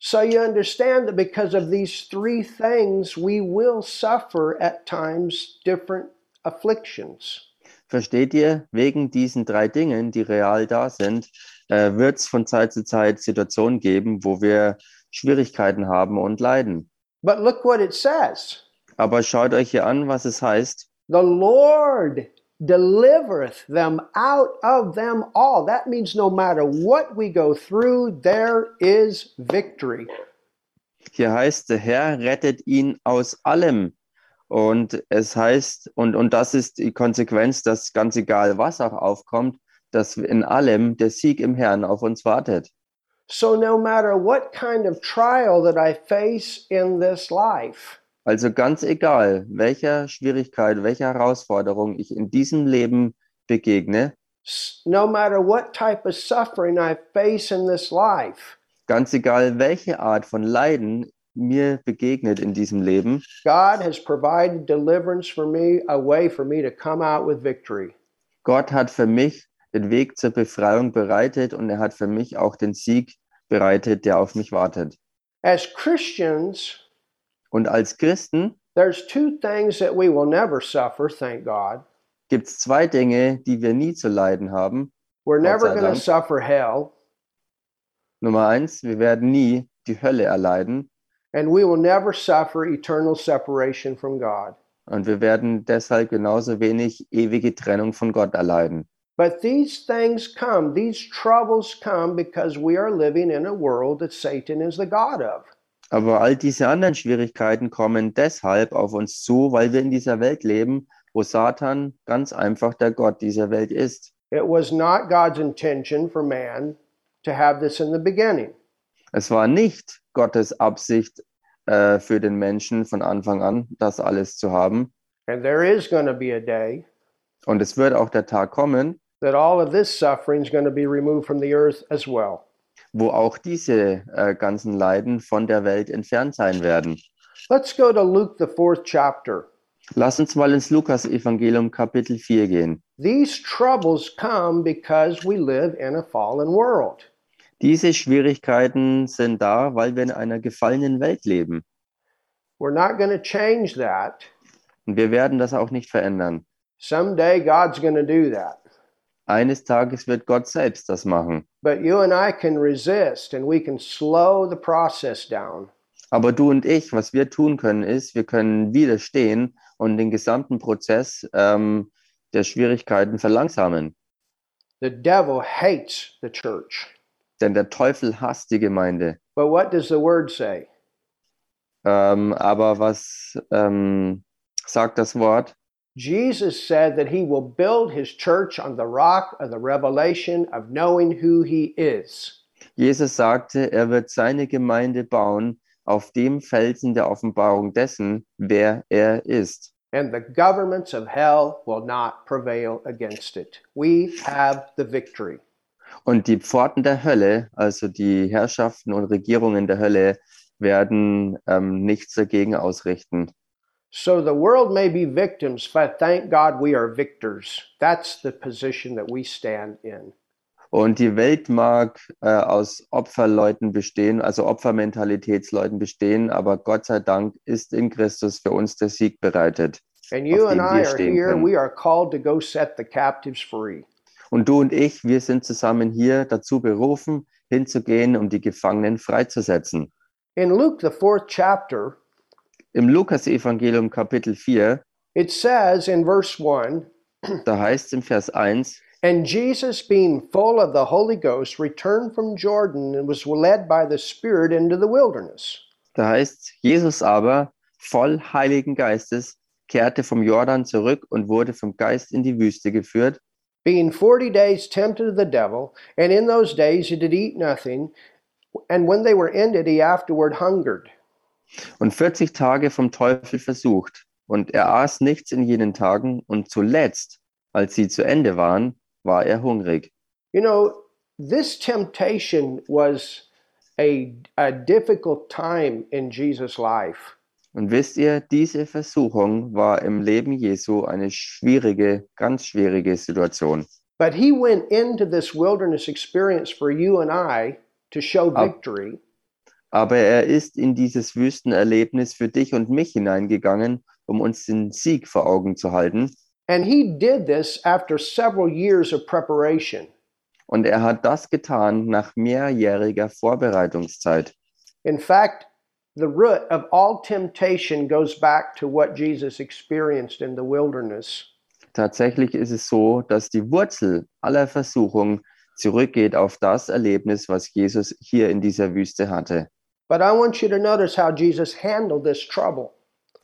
Speaker 1: So you understand that because of these three things, we will suffer at times different afflictions.
Speaker 5: Versteht ihr? Wegen diesen drei Dingen, die real da sind, äh, wird es von Zeit zu Zeit Situationen geben, wo wir Schwierigkeiten haben und leiden.
Speaker 1: But look what it says
Speaker 5: Aber schaut euch hier an, was es heißt.
Speaker 1: the Lord delivereth them out of them all. That means no matter what we go through, there is victory.
Speaker 5: Hier heißt, der Herr rettet ihn aus allem. Und es heißt, und, und das ist die Konsequenz, dass ganz egal, was auch aufkommt, dass in allem der Sieg im Herrn auf uns wartet.
Speaker 1: So no matter what kind of trial that I face in this life,
Speaker 5: Also ganz egal, welcher Schwierigkeit, welcher Herausforderung ich in diesem Leben begegne,
Speaker 1: s- no matter what type of suffering I face in this life,
Speaker 5: ganz egal, welche Art von Leiden mir begegnet in diesem Leben,
Speaker 1: God has provided deliverance for me, a way for me to come out with victory.
Speaker 5: Gott hat für mich den Weg zur Befreiung bereitet und er hat für mich auch den Sieg bereitet, der auf mich wartet.
Speaker 1: As Christians,
Speaker 5: Und als Christen
Speaker 1: there's two things that we will never suffer, thank God.
Speaker 5: gibt es zwei Dinge, die wir nie zu leiden haben.
Speaker 1: We're
Speaker 5: Gott
Speaker 1: never
Speaker 5: sei
Speaker 1: going to
Speaker 5: Dank.
Speaker 1: suffer hell,
Speaker 5: Nummer eins, wir werden nie die Hölle erleiden
Speaker 1: and we will never suffer eternal separation from God.
Speaker 5: und wir werden deshalb genauso wenig ewige Trennung von Gott erleiden.
Speaker 1: But these things come, these troubles come because we are living in a world that Satan is the God of.
Speaker 5: Aber all diese anderen Schwierigkeiten kommen deshalb auf uns zu, weil wir in dieser Welt leben, wo Satan ganz einfach der Gott dieser Welt ist.
Speaker 1: It was not God's intention for man to have this in the beginning.
Speaker 5: Es war nicht Gottes Absicht äh, für den Menschen von Anfang an, das alles zu haben.
Speaker 1: And there is going to be a day
Speaker 5: Und es wird auch der Tag kommen,
Speaker 1: that all of this suffering is going to be removed from the earth as well.
Speaker 5: wo auch diese äh, ganzen Leiden von der Welt entfernt sein werden.
Speaker 1: Let's go to Luke, the fourth chapter.
Speaker 5: Lass uns mal ins Lukas-Evangelium Kapitel 4 gehen.
Speaker 1: These troubles come because we live in a fallen world.
Speaker 5: Diese Schwierigkeiten sind da, weil wir in einer gefallenen Welt leben.
Speaker 1: We're not going to change that.
Speaker 5: Und wir werden das auch nicht verändern.
Speaker 1: Someday God's going to do that.
Speaker 5: Eines Tages wird Gott selbst das machen.
Speaker 1: But you and I can resist and we can slow the process down.
Speaker 5: Aber du und ich, was wir tun können, ist, wir können widerstehen und den gesamten Prozess ähm, der Schwierigkeiten verlangsamen.
Speaker 1: The devil hates the church.
Speaker 5: Denn der Teufel hasst die Gemeinde.
Speaker 1: But what does the word say?
Speaker 5: Ähm, aber was ähm, sagt das Wort?
Speaker 1: Jesus said that he will build his church on the rock of the revelation of knowing who he is.
Speaker 5: Jesus sagte, er wird seine Gemeinde bauen auf dem Felsen der Offenbarung dessen, wer er ist.
Speaker 1: And the governments of hell will not prevail against it. We have the victory.
Speaker 5: Und die Pforten der Hölle, also die Herrschaften und Regierungen der Hölle, werden ähm, nichts dagegen ausrichten.
Speaker 1: So the world may be victims, but thank God we are victors. That's the position that we stand in.
Speaker 5: Und die Welt mag äh, aus Opferleuten bestehen, also Opfermentalitätsleuten bestehen, aber Gott sei Dank ist in Christus für uns der Sieg bereitet.
Speaker 1: And you
Speaker 5: Auf
Speaker 1: and
Speaker 5: dem
Speaker 1: I
Speaker 5: wir
Speaker 1: are
Speaker 5: stehen
Speaker 1: here.
Speaker 5: können.
Speaker 1: We are called to go set the captives free.
Speaker 5: Und du und ich, wir sind zusammen hier dazu berufen, hinzugehen, um die Gefangenen freizusetzen.
Speaker 1: In Luke, the fourth chapter,
Speaker 5: Im Lukas-Evangelium Kapitel 4,
Speaker 1: it says in verse 1
Speaker 5: da heißt es im Vers 1,
Speaker 1: And Jesus, being full of the Holy Ghost, returned from Jordan and was led by the Spirit into the wilderness.
Speaker 5: Da heißt, Jesus aber, voll Heiligen Geistes, kehrte vom Jordan zurück und wurde vom Geist in die Wüste geführt,
Speaker 1: being forty days tempted of the devil, and in those days he did eat nothing, and when they were ended, he afterward hungered.
Speaker 5: und 40 Tage vom Teufel versucht. Und er aß nichts in jenen Tagen, und zuletzt, als sie zu Ende waren, war er hungrig.
Speaker 1: You know, this temptation was a, a difficult time in Jesus' life.
Speaker 5: Und wisst ihr, diese Versuchung war im Leben Jesu eine schwierige, ganz schwierige Situation.
Speaker 1: But he went into this wilderness experience for you and I to show
Speaker 5: Ah.
Speaker 1: victory.
Speaker 5: Aber er ist in dieses Wüstenerlebnis für dich und mich hineingegangen, um uns den Sieg vor Augen zu halten.
Speaker 1: And he did this after several years of preparation.
Speaker 5: Und er hat das getan nach mehrjähriger Vorbereitungszeit.
Speaker 1: In fact, the root of all temptation goes back to what Jesus experienced in the wilderness.
Speaker 5: Tatsächlich ist es so, dass die Wurzel aller Versuchung zurückgeht auf das Erlebnis, was Jesus hier in dieser Wüste hatte.
Speaker 1: But I want you to notice how Jesus handled this trouble.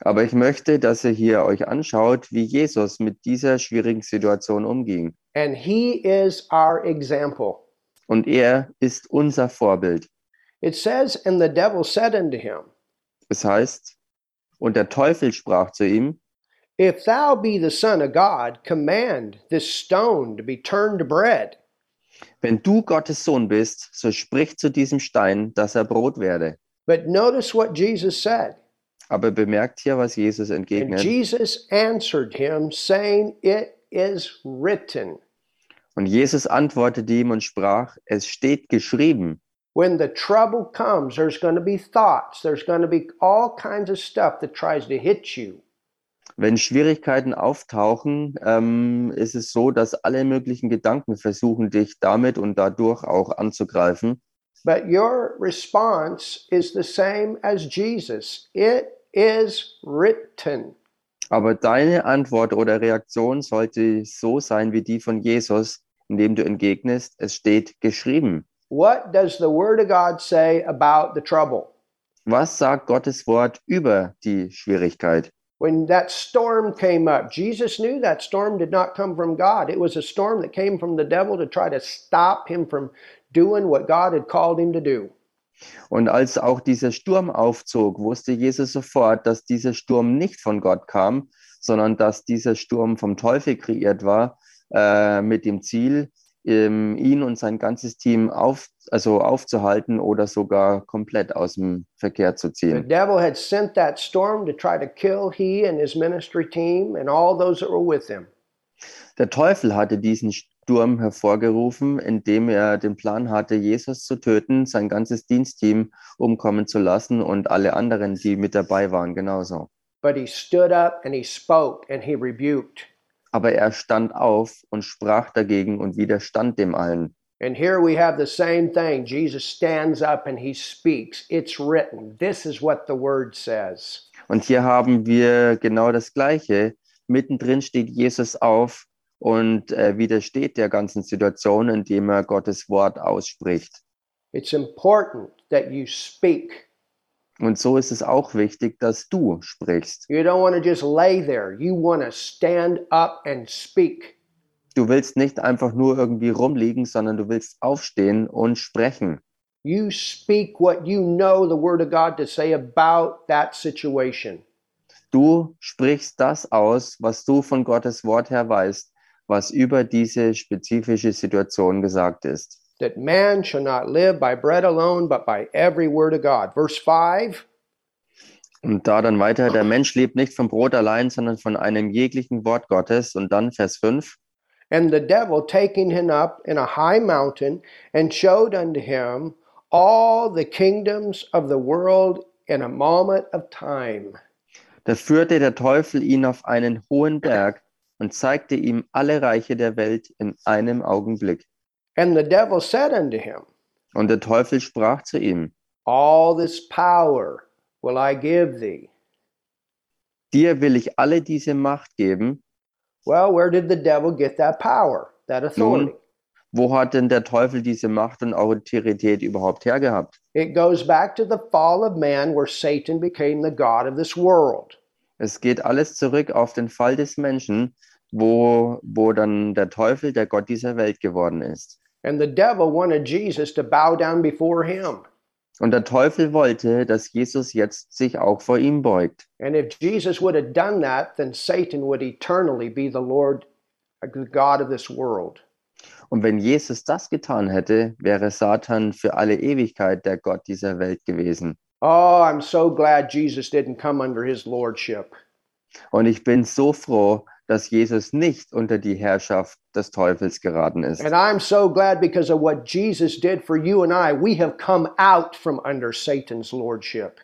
Speaker 5: Aber ich möchte, dass ihr hier euch anschaut, wie Jesus mit dieser schwierigen Situation umging.
Speaker 1: And he is our example.
Speaker 5: Und er ist unser Vorbild.
Speaker 1: It says, And the devil said unto him,
Speaker 5: Es heißt, und der Teufel sprach zu ihm,
Speaker 1: If thou be the Son of God, command this stone to be turned to bread.
Speaker 5: wenn du Gottes Sohn bist, so sprich zu diesem Stein, dass er Brot werde.
Speaker 1: But notice what Jesus said.
Speaker 5: Aber bemerkt hier, was Jesus
Speaker 1: And
Speaker 5: entgegnet.
Speaker 1: Jesus answered him, saying, It is written.
Speaker 5: Und Jesus antwortete ihm und sprach, es steht geschrieben.
Speaker 1: When the trouble comes, there's going to be thoughts, there's going to be all kinds of stuff that tries to hit you.
Speaker 5: Wenn Schwierigkeiten auftauchen, ähm, ist es so, dass alle möglichen Gedanken versuchen, dich damit und dadurch auch anzugreifen.
Speaker 1: But your response is the same as Jesus. It is written.
Speaker 5: Aber deine Antwort oder Reaktion sollte so sein wie die von Jesus, indem du entgegnest, es steht geschrieben.
Speaker 1: What does the Word of God say about the trouble?
Speaker 5: Was sagt Gottes Wort über die Schwierigkeit?
Speaker 1: When that storm came up, Jesus knew that storm did not come from God. It was a storm that came from the devil to try to stop him from doing what God had called him to do.
Speaker 5: Und als auch dieser Sturm aufzog, wusste Jesus sofort, dass dieser Sturm nicht von Gott kam, sondern dass dieser Sturm vom Teufel kreiert war, äh, mit dem Ziel, ähm, ihn und sein ganzes Team auf, also aufzuhalten oder sogar komplett aus dem Verkehr zu
Speaker 1: The
Speaker 5: ziehen.
Speaker 1: devil had sent that storm to try to kill he and his ministry team and all those that were with him.
Speaker 5: Der Teufel hatte diesen Sturm hervorgerufen, indem er den Plan hatte, Jesus zu töten, sein ganzes Dienstteam umkommen zu lassen und alle anderen, die mit dabei waren, genauso.
Speaker 1: But he stood up and he spoke and he rebuked.
Speaker 5: Aber er stand auf und sprach dagegen und widerstand dem allen.
Speaker 1: And here we have the same thing. Jesus stands up and he speaks. It's written. This is what the word says.
Speaker 5: Und hier haben wir genau das Gleiche. Mittendrin steht Jesus auf und äh, widersteht der ganzen Situation, indem er Gottes Wort ausspricht.
Speaker 1: It's important that you speak.
Speaker 5: Und so ist es auch wichtig, dass du sprichst.
Speaker 1: You don't want to just lay there. You want to stand up and speak.
Speaker 5: Du willst nicht einfach nur irgendwie rumliegen, sondern du willst aufstehen und sprechen.
Speaker 1: You speak what you know the word of God to say about that situation.
Speaker 5: Du sprichst das aus, was du von Gottes Wort her weißt, was über diese spezifische Situation gesagt ist.
Speaker 1: that man shall not live by bread alone, but by every word of God. Verse 5
Speaker 5: Und da dann weiter, der Mensch lebt nicht vom Brot allein, sondern von einem jeglichen Wort Gottes. Und dann Vers 5.
Speaker 1: And the devil taking him up in a high mountain, and showed unto him all the kingdoms of the world in a moment of time.
Speaker 5: Da führte der Teufel ihn auf einen hohen Berg und zeigte ihm alle Reiche der Welt in einem Augenblick.
Speaker 1: And the devil said unto him,
Speaker 5: Und der Teufel sprach zu ihm,
Speaker 1: All this power will I give thee.
Speaker 5: dir will ich alle diese Macht geben.
Speaker 1: Well, where did the devil get that power, that authority?
Speaker 5: Nun, wo hat denn der Teufel diese Macht und Autorität überhaupt hergehabt?
Speaker 1: It goes back to the fall of man, where Satan became the God of this world.
Speaker 5: Es geht alles zurück auf den Fall des Menschen, wo, wo dann der Teufel der Gott dieser Welt geworden ist.
Speaker 1: And the devil wanted Jesus to bow down before him.
Speaker 5: Und der Teufel wollte, dass Jesus jetzt sich auch vor ihm beugt.
Speaker 1: And if Jesus would have done that, then Satan would eternally be the Lord, uh, the God of this world.
Speaker 5: Und wenn Jesus das getan hätte, wäre Satan für alle Ewigkeit der Gott dieser Welt gewesen.
Speaker 1: Oh, I'm so glad Jesus didn't come under his lordship.
Speaker 5: Und ich bin so froh, dass Jesus nicht unter die Herrschaft des Teufels geraten ist.
Speaker 1: And I'm so glad because of what Jesus did for you and I, we have come out from under Satan's lordship.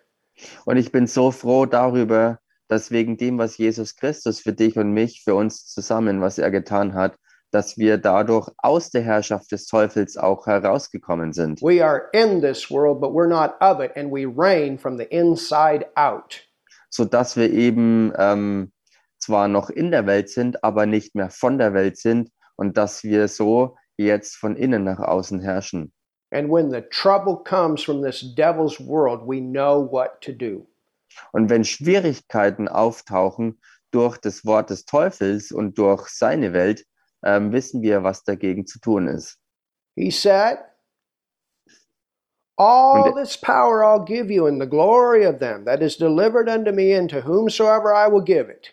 Speaker 5: Und ich bin so froh darüber, dass wegen dem, was Jesus Christus für dich und mich, für uns zusammen, was er getan hat, dass wir dadurch aus der Herrschaft des Teufels auch herausgekommen sind.
Speaker 1: We are in this world, but we're not of it, and we reign from the inside out.
Speaker 5: sodass wir eben ähm, zwar noch in der Welt sind, aber nicht mehr von der Welt sind und dass wir so jetzt von innen nach außen herrschen.
Speaker 1: And when the trouble comes from this devil's world, we know what to do.
Speaker 5: Und wenn Schwierigkeiten auftauchen durch das Wort des Teufels und durch seine Welt, ähm, wissen wir, was dagegen zu tun ist.
Speaker 1: He said, All
Speaker 5: Und-
Speaker 1: this power I'll give you and the glory of them that is delivered unto me, and to whomsoever I will give it.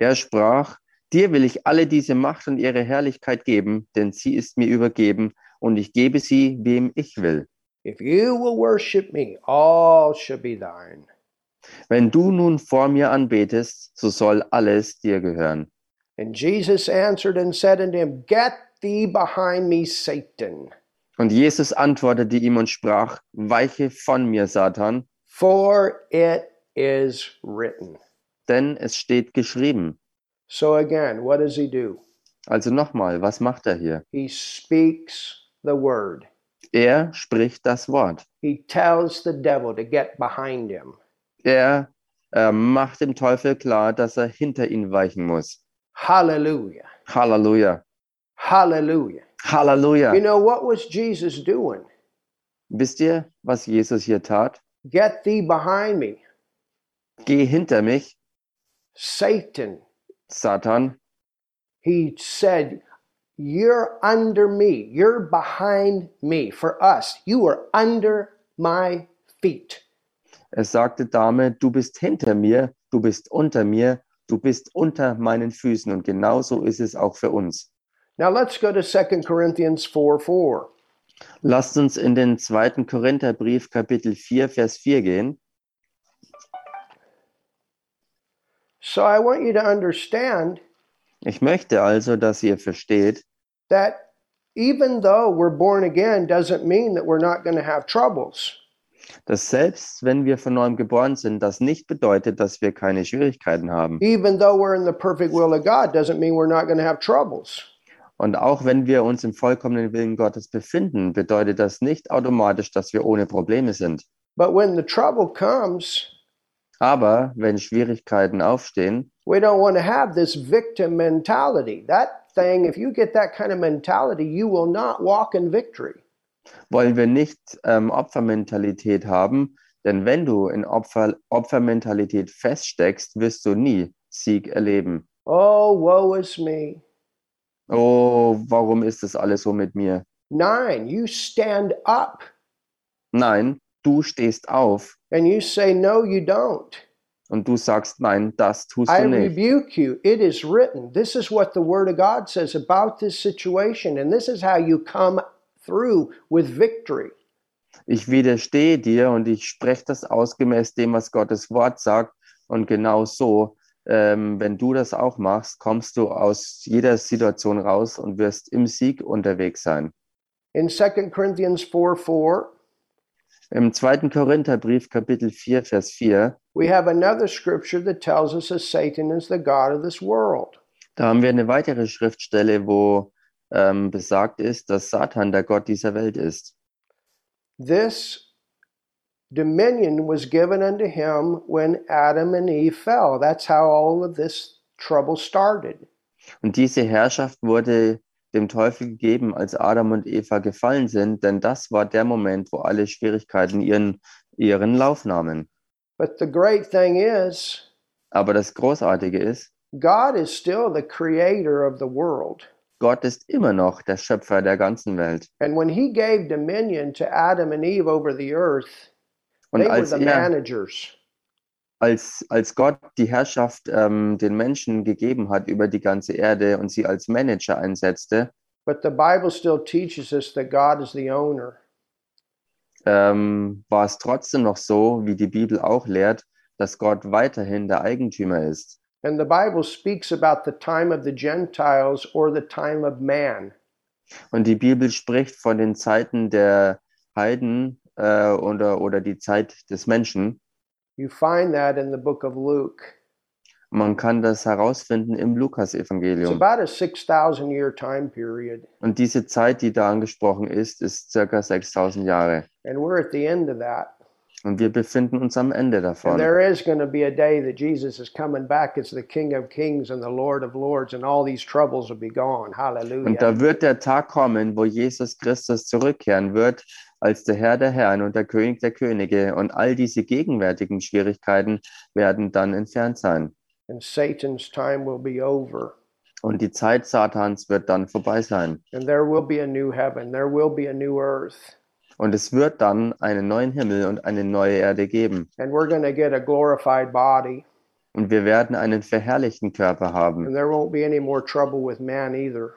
Speaker 5: Er sprach, dir will ich alle diese Macht und ihre Herrlichkeit geben, denn sie ist mir übergeben und ich gebe sie, wem ich will.
Speaker 1: If you will worship me, all shall be thine.
Speaker 5: Wenn du nun vor mir anbetest, so soll alles dir gehören.
Speaker 1: And Jesus answered and said unto him, Get thee behind me, Satan.
Speaker 5: Und Jesus antwortete ihm und sprach, weiche von mir, Satan,
Speaker 1: For it is written.
Speaker 5: denn es steht geschrieben.
Speaker 1: So again, what does he do?
Speaker 5: Also nochmal, was macht er hier?
Speaker 1: He speaks the word.
Speaker 5: Er spricht das Wort.
Speaker 1: He tells the devil to get behind him.
Speaker 5: Er äh, macht dem Teufel klar, dass er hinter ihn weichen muss.
Speaker 1: Hallelujah.
Speaker 5: Halleluja.
Speaker 1: Hallelujah. You
Speaker 5: Halleluja.
Speaker 1: know, what was Jesus doing?
Speaker 5: Wisst ihr, was Jesus hier tat?
Speaker 1: Get thee behind me,
Speaker 5: Geh hinter mich,
Speaker 1: Satan.
Speaker 5: Satan.
Speaker 1: He said, You're under me. You're behind me. For us, you are under my feet.
Speaker 5: Er sagte, Dame, du bist hinter mir, du bist unter mir, du bist unter meinen Füßen. Und genauso ist es auch für uns.
Speaker 1: Now let's go to 2 Corinthians 4 4.
Speaker 5: Lasst uns in den zweiten Korintherbrief, Kapitel 4, Vers 4 gehen.
Speaker 1: So I want you to understand
Speaker 5: Ich möchte also, dass ihr versteht,
Speaker 1: that even though we're born again doesn't mean that we're not going to have troubles.
Speaker 5: dass selbst wenn wir von neuem geboren sind, das nicht bedeutet, dass wir keine Schwierigkeiten haben.
Speaker 1: Even though we're in the perfect will of God doesn't mean we're not going to have troubles.
Speaker 5: Und auch wenn wir uns im vollkommenen Willen Gottes befinden, bedeutet das nicht automatisch, dass wir ohne Probleme sind.
Speaker 1: But when the trouble comes,
Speaker 5: Aber wenn Schwierigkeiten aufstehen,
Speaker 1: we don't want to have this victim mentality. That thing, if you get that kind of mentality, you will not walk in victory.
Speaker 5: wollen wir nicht ähm, Opfermentalität haben, denn wenn du in Opfer, Opfermentalität feststeckst, wirst du nie Sieg erleben.
Speaker 1: Oh, woe is me.
Speaker 5: Oh, warum ist das alles so mit mir?
Speaker 1: Nine, you stand up
Speaker 5: Nein, du stehst auf
Speaker 1: and you say, No, you don't.
Speaker 5: und du sagst, nein, das tust
Speaker 1: I
Speaker 5: du nicht.
Speaker 1: rebuke you. It is written. This is what the Word of God says about this situation, and this is how you come through with victory.
Speaker 5: Ich widerstehe dir und ich spreche das ausgemäß dem, was Gottes Wort sagt. Und genau so, ähm, wenn du das auch machst, kommst du aus jeder Situation raus und wirst im Sieg unterwegs sein.
Speaker 1: In 2 Corinthians 4 4,
Speaker 5: Im 2. Korintherbrief, Kapitel 4, Vers 4,
Speaker 1: we have another scripture that tells us that Satan is the God of this world.
Speaker 5: da haben wir eine weitere Schriftstelle, wo ähm, besagt ist, dass Satan der Gott dieser Welt ist.
Speaker 1: This dominion was given unto him when Adam and Eve fell. That's how all of this trouble started.
Speaker 5: Und diese Herrschaft wurde dem Teufel gegeben, als Adam und Eva gefallen sind, denn das war der Moment, wo alle Schwierigkeiten ihren, ihren Lauf nahmen.
Speaker 1: But the great thing is,
Speaker 5: Aber das Großartige ist,
Speaker 1: God is still the creator of the world.
Speaker 5: Gott ist immer noch der Schöpfer der ganzen Welt.
Speaker 1: And when he gave dominion to Adam and Eve over the earth,
Speaker 5: Und
Speaker 1: they were
Speaker 5: als
Speaker 1: the
Speaker 5: er,
Speaker 1: managers.
Speaker 5: als, als Gott die Herrschaft ähm, den Menschen gegeben hat über die ganze Erde und sie als Manager einsetzte,
Speaker 1: But the Bible still teaches us that God is the owner.
Speaker 5: ähm, war es trotzdem noch so, wie die Bibel auch lehrt, dass Gott weiterhin der Eigentümer ist.
Speaker 1: And the Bible speaks about the time of the Gentiles or the time of man.
Speaker 5: Und die Bibel spricht von den Zeiten der Heiden äh, oder, oder die Zeit des Menschen.
Speaker 1: You find that in the book of Luke.
Speaker 5: Man kann das herausfinden im
Speaker 1: It's
Speaker 5: Lukasevangelium.
Speaker 1: about a 6,000 year time period,
Speaker 5: Und diese Zeit, die da angesprochen ist, ist circa 6000 Jahre.
Speaker 1: and we're at the end of that.
Speaker 5: Und wir befinden uns am Ende
Speaker 1: And
Speaker 5: davon.
Speaker 1: there is going to be a day that Jesus is coming back as the King of Kings and the Lord of Lords, and all these troubles will be gone.
Speaker 5: Und da
Speaker 1: Hallelujah.
Speaker 5: wird der Tag kommen, wo Jesus Christus zurückkehren wird als der Herr der Herren und der König der Könige. Und all diese gegenwärtigen Schwierigkeiten werden dann entfernt sein.
Speaker 1: And Satan's time will be over.
Speaker 5: Und die Zeit Satans wird dann vorbei sein.
Speaker 1: And there will be a new heaven. There will be a new earth.
Speaker 5: Und es wird dann einen neuen Himmel und eine neue Erde geben.
Speaker 1: And we're going to get a glorified body.
Speaker 5: Und wir werden einen verherrlichten Körper haben.
Speaker 1: And there won't be any more trouble with man either.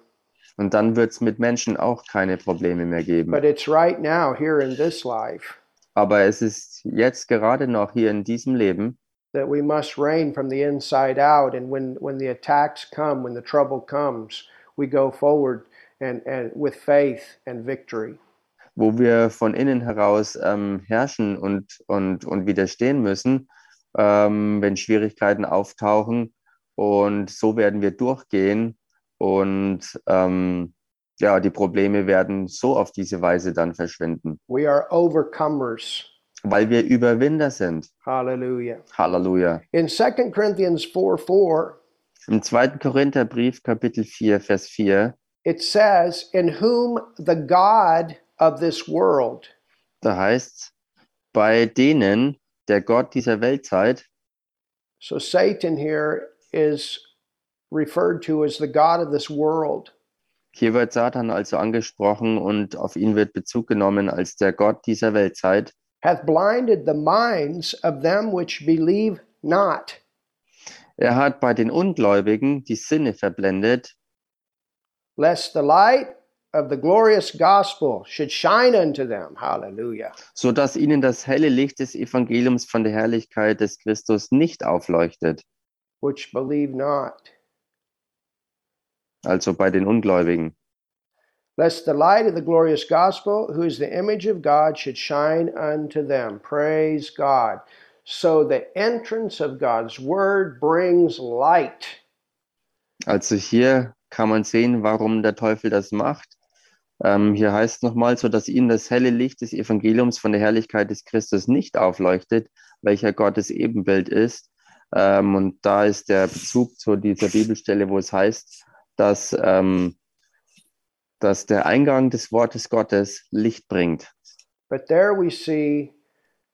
Speaker 5: Und dann wird es mit Menschen auch keine Probleme mehr geben.
Speaker 1: But it's right now, here in this life,
Speaker 5: Aber es ist jetzt gerade noch hier in diesem Leben,
Speaker 1: that we must reign from the inside out. And when, when the attacks come, when the trouble comes, we go forward and, and with faith and victory.
Speaker 5: wo wir von innen heraus ähm, herrschen und, und, und widerstehen müssen, ähm, wenn Schwierigkeiten auftauchen. Und so werden wir durchgehen und ähm, ja, die Probleme werden so auf diese Weise dann verschwinden,
Speaker 1: We are overcomers.
Speaker 5: weil wir Überwinder sind.
Speaker 1: Hallelujah.
Speaker 5: Halleluja.
Speaker 1: In 2 Corinthians 4 4,
Speaker 5: Im 2. Korintherbrief, Kapitel 4, Vers 4,
Speaker 1: it says, In whom the God of this world
Speaker 5: da heißt bei denen der Gott dieser Weltzeit,
Speaker 1: So Satan here is referred to as the God of this world.
Speaker 5: Hier wird Satan also angesprochen und auf ihn wird Bezug genommen als der Gott dieser Weltzeit,
Speaker 1: hath blinded the minds of them which believe not,
Speaker 5: Er hat bei den Ungläubigen die Sinne verblendet,
Speaker 1: lest the light of the glorious gospel should shine unto them. Hallelujah.
Speaker 5: so dass ihnen das helle Licht des Evangeliums von der Herrlichkeit des Christus nicht aufleuchtet,
Speaker 1: Which believe not.
Speaker 5: also bei den Ungläubigen,
Speaker 1: Lest the light of the glorious gospel, who is the image of God, should shine unto them. Praise God. So the entrance of God's word brings light.
Speaker 5: Also hier kann man sehen, warum der Teufel das macht. Ähm, hier heißt es nochmal, so dass ihnen das helle Licht des Evangeliums von der Herrlichkeit des Christus nicht aufleuchtet, welcher Gottes Ebenbild ist. Ähm, und da ist der Bezug zu dieser Bibelstelle, wo es heißt, dass, ähm, dass der Eingang des Wortes Gottes Licht bringt.
Speaker 1: But there we see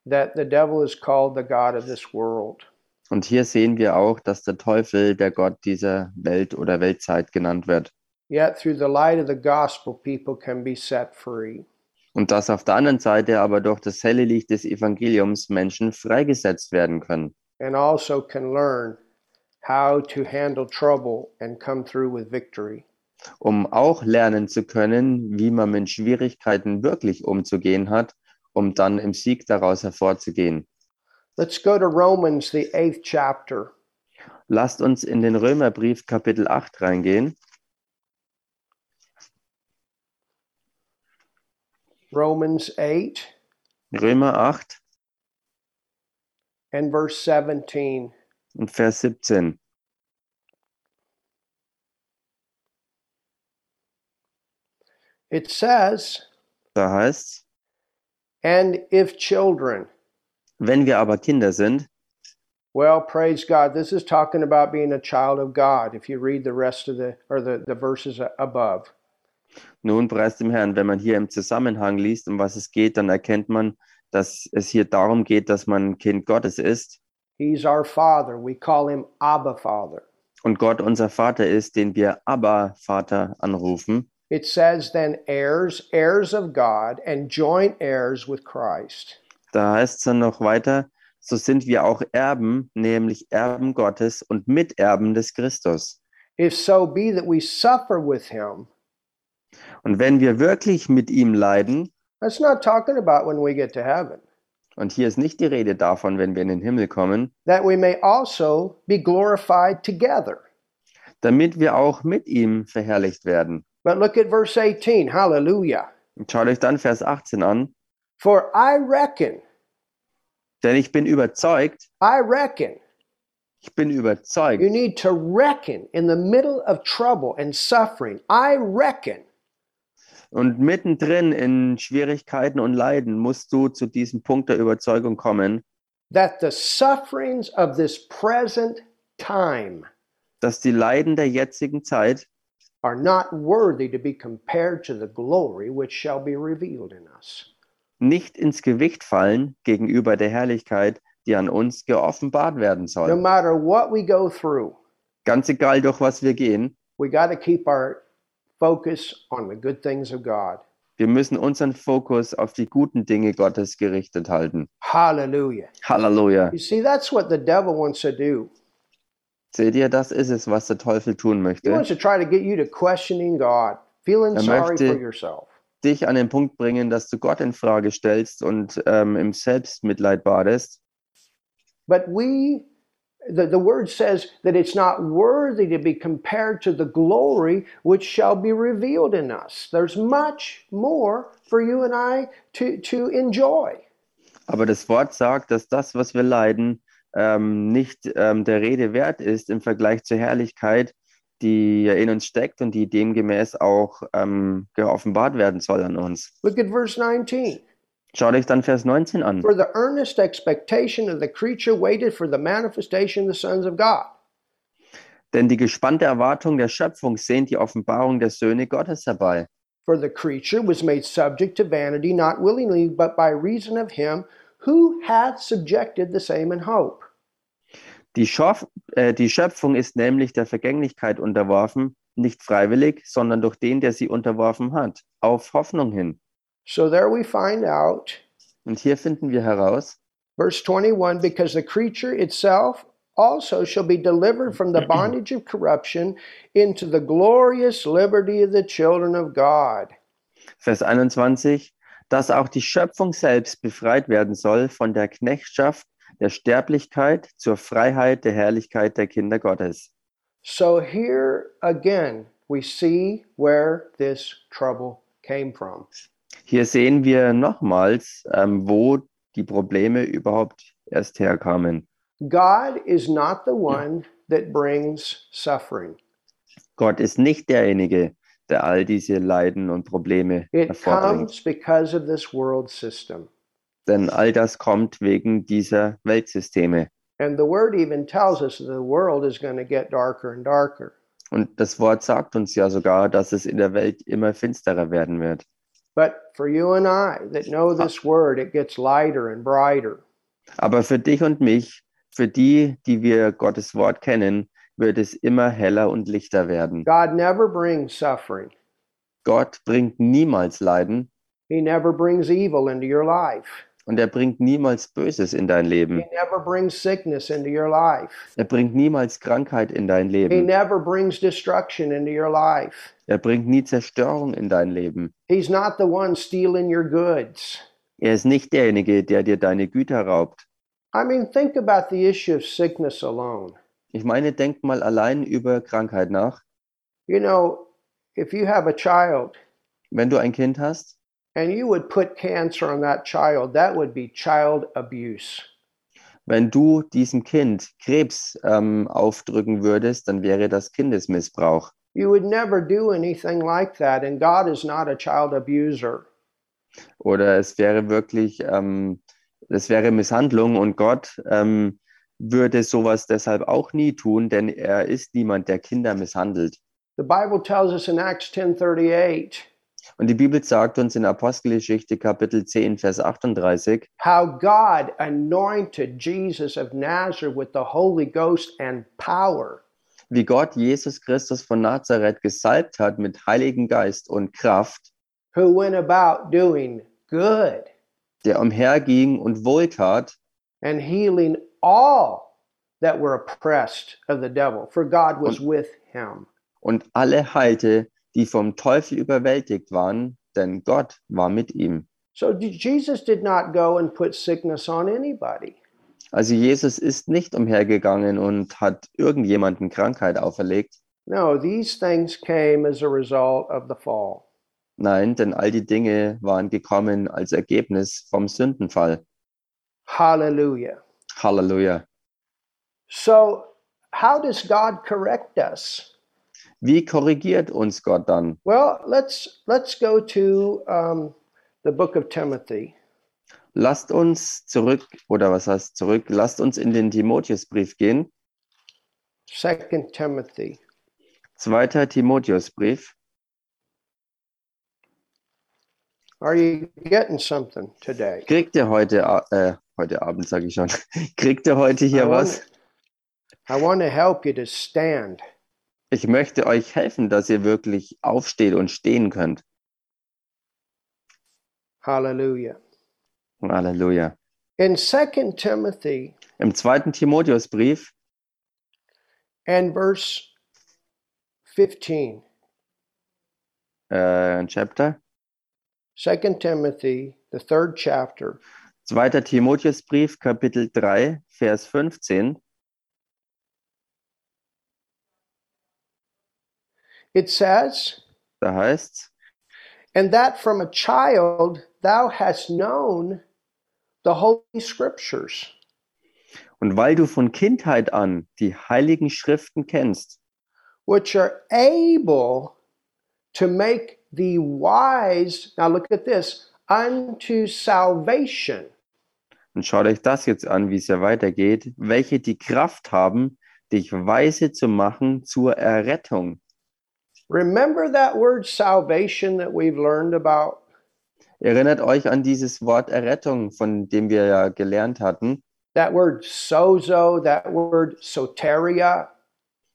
Speaker 1: that the devil is called the God of this world.
Speaker 5: Und hier sehen wir auch, dass der Teufel der Gott dieser Welt oder Weltzeit genannt wird.
Speaker 1: Yet through the light of the gospel, people can be set free.
Speaker 5: Und dass auf der anderen Seite aber durch das helle Licht des Evangeliums Menschen freigesetzt werden können
Speaker 1: and also can learn how to handle trouble and come through with victory.
Speaker 5: um auch lernen zu können, wie man mit Schwierigkeiten wirklich umzugehen hat, um dann im Sieg daraus hervorzugehen.
Speaker 1: Let's go to Romans, the eighth chapter.
Speaker 5: Lasst uns in den Römerbrief Kapitel 8 reingehen.
Speaker 1: Romans 8
Speaker 5: Römer 8
Speaker 1: and verse 17.
Speaker 5: und Vers 17.
Speaker 1: It says,
Speaker 5: Da heißt
Speaker 1: And if children,
Speaker 5: wenn wir aber Kinder sind,
Speaker 1: well, praise God. This is talking about being a child of God. If you read the rest of the or the, the verses a- above,
Speaker 5: nun preis dem Herrn, wenn man hier im Zusammenhang liest, um was es geht, dann erkennt man, dass es hier darum geht, dass man ein Kind Gottes ist.
Speaker 1: He's our Father. We call him Abba Father.
Speaker 5: und Gott unser Vater ist, den wir aber Vater anrufen.
Speaker 1: It says then heirs, heirs of God, and joint heirs with Christ.
Speaker 5: Da heißt es dann noch weiter, so sind wir auch Erben, nämlich Erben Gottes und Miterben des Christus.
Speaker 1: If so be that we suffer with him,
Speaker 5: Und wenn wir wirklich mit ihm leiden,
Speaker 1: that's not talking about when we get to heaven,
Speaker 5: und hier ist nicht die Rede davon, wenn wir in den Himmel kommen,
Speaker 1: that we may also be glorified together.
Speaker 5: damit wir auch mit ihm verherrlicht werden.
Speaker 1: But look at verse 18. Hallelujah.
Speaker 5: Und schaut euch dann Vers 18 an.
Speaker 1: For I reckon,
Speaker 5: Denn ich bin überzeugt,
Speaker 1: I reckon,
Speaker 5: ich bin überzeugt,
Speaker 1: you need to reckon in the middle of trouble and suffering. I reckon
Speaker 5: Und mittendrin in Schwierigkeiten und Leiden musst du zu diesem Punkt der Überzeugung kommen,
Speaker 1: that the sufferings of this present time
Speaker 5: dass die Leiden der jetzigen Zeit
Speaker 1: are not worthy to be compared to the glory which shall be revealed in us.
Speaker 5: nicht ins Gewicht fallen gegenüber der Herrlichkeit, die an uns geoffenbart werden
Speaker 1: No
Speaker 5: soll.
Speaker 1: matter what we go through,
Speaker 5: Ganz egal, durch was wir gehen,
Speaker 1: we got to keep our focus on the good things of God.
Speaker 5: wir müssen unseren Fokus auf die guten Dinge Gottes gerichtet halten.
Speaker 1: Hallelujah.
Speaker 5: Halleluja.
Speaker 1: You see, that's what the devil wants to do.
Speaker 5: Seht ihr, das ist es, was der Teufel tun
Speaker 1: He
Speaker 5: möchte.
Speaker 1: wants to try to get you to questioning God, feeling
Speaker 5: Er
Speaker 1: sorry
Speaker 5: möchte-
Speaker 1: for yourself.
Speaker 5: Dich an den Punkt bringen, dass du Gott in Frage stellst und ähm, im Selbstmitleid badest.
Speaker 1: But we, the, the word says that it's not worthy to be compared to the glory which shall be revealed in us. There's much more for you and I to, to enjoy.
Speaker 5: Aber das Wort sagt, dass das, was wir leiden, ähm, nicht ähm, der Rede wert ist im Vergleich zur Herrlichkeit, die in uns steckt und die demgemäß auch ähm, geoffenbart werden soll an uns.
Speaker 1: Look at verse 19.
Speaker 5: Schaut euch dann Vers 19 an.
Speaker 1: For the earnest expectation of the creature waited for the manifestation of the sons of God.
Speaker 5: Denn die gespannte Erwartung der Schöpfung sehnt die Offenbarung der Söhne Gottes herbei.
Speaker 1: For the creature was made subject to vanity, not willingly, but by reason of him who hath subjected the same in hope.
Speaker 5: Die, Schof, äh, die Schöpfung ist nämlich der Vergänglichkeit unterworfen, nicht freiwillig, sondern durch den, der sie unterworfen hat, auf Hoffnung hin.
Speaker 1: So there we find out
Speaker 5: Und hier finden wir heraus,
Speaker 1: Verse 21 Because the creature itself also shall be delivered from the bondage of corruption into the glorious liberty of the children of God.
Speaker 5: Vers 21, dass auch die Schöpfung selbst befreit werden soll von der Knechtschaft, der Sterblichkeit zur Freiheit der Herrlichkeit der Kinder Gottes.
Speaker 1: So here again, we see where this trouble came from.
Speaker 5: Hier sehen wir nochmals, ähm, wo die Probleme überhaupt erst herkamen.
Speaker 1: God is not the one that brings suffering,
Speaker 5: Gott ist nicht derjenige, der all diese Leiden und Probleme
Speaker 1: it
Speaker 5: hervorbringt,
Speaker 1: comes because of this world system.
Speaker 5: denn all das kommt wegen dieser Weltsysteme.
Speaker 1: And the word even tells us that the world is going to get darker and darker.
Speaker 5: Und das Wort sagt uns ja sogar, dass es in der Welt immer finsterer werden wird.
Speaker 1: But for you and I that know this word, it gets lighter and brighter.
Speaker 5: Aber für dich und mich, für die, die wir Gottes Wort kennen, wird es immer heller und lichter werden.
Speaker 1: God never brings suffering.
Speaker 5: Gott bringt niemals Leiden
Speaker 1: He never brings evil into your life.
Speaker 5: und er bringt niemals Böses in dein Leben.
Speaker 1: He never brings sickness into your life.
Speaker 5: Er bringt niemals Krankheit in dein
Speaker 1: He
Speaker 5: Leben.
Speaker 1: never brings destruction into your life.
Speaker 5: Er bringt nie Zerstörung in dein Leben.
Speaker 1: He's not the one stealing your goods.
Speaker 5: Er ist nicht derjenige, der dir deine Güter raubt.
Speaker 1: I mean, think about the issue of sickness alone.
Speaker 5: Ich meine, denk mal allein über Krankheit nach.
Speaker 1: You know, if you have a child
Speaker 5: Wenn du ein Kind hast
Speaker 1: and you would put cancer on that child, that would be child abuse.
Speaker 5: Wenn du diesem Kind Krebs ähm, aufdrücken würdest, dann wäre das Kindesmissbrauch.
Speaker 1: You would never do anything like that, and God is not a child abuser.
Speaker 5: Oder es wäre wirklich, ähm, es wäre Misshandlung und Gott ähm, würde sowas deshalb auch nie tun, denn er ist niemand, der Kinder misshandelt.
Speaker 1: The Bible tells us in Acts 10:38
Speaker 5: Und die Bibel sagt uns in Apostelgeschichte Kapitel 10, Vers 38,
Speaker 1: how God anointed Jesus of Nazareth with the Holy Ghost and power.
Speaker 5: wie Gott Jesus Christus von Nazareth gesalbt hat mit Heiligen Geist und Kraft,
Speaker 1: who went about doing good
Speaker 5: der umherging und wohltat
Speaker 1: and healing all that were oppressed of the devil, for God was with him.
Speaker 5: und alle heilte, die vom Teufel überwältigt waren, denn Gott war mit ihm.
Speaker 1: So d- Jesus did not go and put sickness on anybody.
Speaker 5: Also Jesus ist nicht umhergegangen und hat irgendjemanden Krankheit auferlegt.
Speaker 1: No, these things came as a result of the fall.
Speaker 5: Nein, denn all die Dinge waren gekommen als Ergebnis vom Sündenfall.
Speaker 1: Hallelujah.
Speaker 5: Halleluja.
Speaker 1: So, how does God correct us?
Speaker 5: Wie korrigiert uns Gott dann?
Speaker 1: Well, let's let's go to um, the book of Timothy,
Speaker 5: Lasst uns zurück, oder was heißt zurück? Lasst uns in den Timotheusbrief gehen.
Speaker 1: Second Timothy.
Speaker 5: Zweiter Timotheusbrief.
Speaker 1: Are you getting something today?
Speaker 5: Kriegt ihr heute, a- äh, heute Abend sage ich schon, kriegt ihr heute hier
Speaker 1: I wanna-
Speaker 5: was?
Speaker 1: I want to help you to stand.
Speaker 5: Ich möchte euch helfen, dass ihr wirklich aufsteht und stehen könnt.
Speaker 1: Hallelujah.
Speaker 5: Halleluja.
Speaker 1: In Second Timothy
Speaker 5: Im zweiten Timotheusbrief
Speaker 1: and verse 15,
Speaker 5: äh, Chapter.
Speaker 1: 2 Timothy, the third chapter,
Speaker 5: 2. Timotheusbrief, Kapitel 3, Vers 15.
Speaker 1: it says,
Speaker 5: Da heißt's,
Speaker 1: And that from a child thou hast known the holy scriptures,
Speaker 5: und weil du von Kindheit an die heiligen Schriften kennst,
Speaker 1: which are able to make thee wise. Now look at this unto salvation
Speaker 5: und schaut euch das jetzt an, wie es ja weitergeht, welche die Kraft haben, dich weise zu machen zur Errettung.
Speaker 1: Remember that word salvation that we've learned about?
Speaker 5: Erinnert euch an dieses Wort Errettung, von dem wir ja gelernt hatten,
Speaker 1: That word sozo, that word soteria.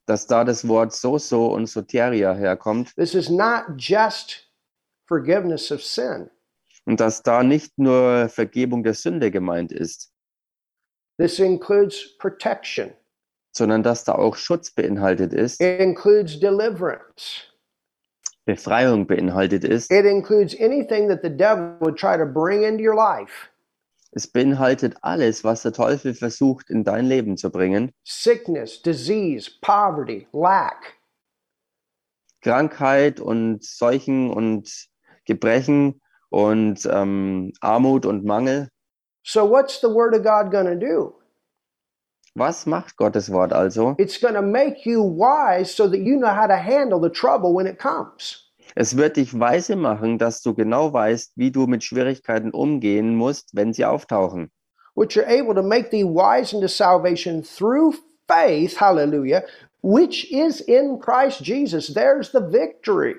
Speaker 5: dass da das Wort Soso und Soteria herkommt
Speaker 1: This is not just forgiveness of sin.
Speaker 5: und dass da nicht nur Vergebung der Sünde gemeint ist,
Speaker 1: This includes protection.
Speaker 5: sondern dass da auch Schutz beinhaltet ist,
Speaker 1: It includes deliverance.
Speaker 5: Befreiung beinhaltet ist.
Speaker 1: It includes anything that the devil would try to bring into your life
Speaker 5: Es beinhaltet alles, was der Teufel versucht, in dein Leben zu bringen.
Speaker 1: sickness, disease, poverty, lack.
Speaker 5: Krankheit und Seuchen und Gebrechen und ähm, Armut und Mangel.
Speaker 1: So, what's the Word of God going to do?
Speaker 5: Was macht Gottes Wort also?
Speaker 1: It's going to make you wise so that you know how to handle the trouble when it comes.
Speaker 5: Es wird dich weise machen, dass du genau weißt, wie du mit Schwierigkeiten umgehen musst, wenn sie auftauchen.
Speaker 1: which are able to make thee wise unto salvation through faith, hallelujah, which is in Christ Jesus. There's the victory.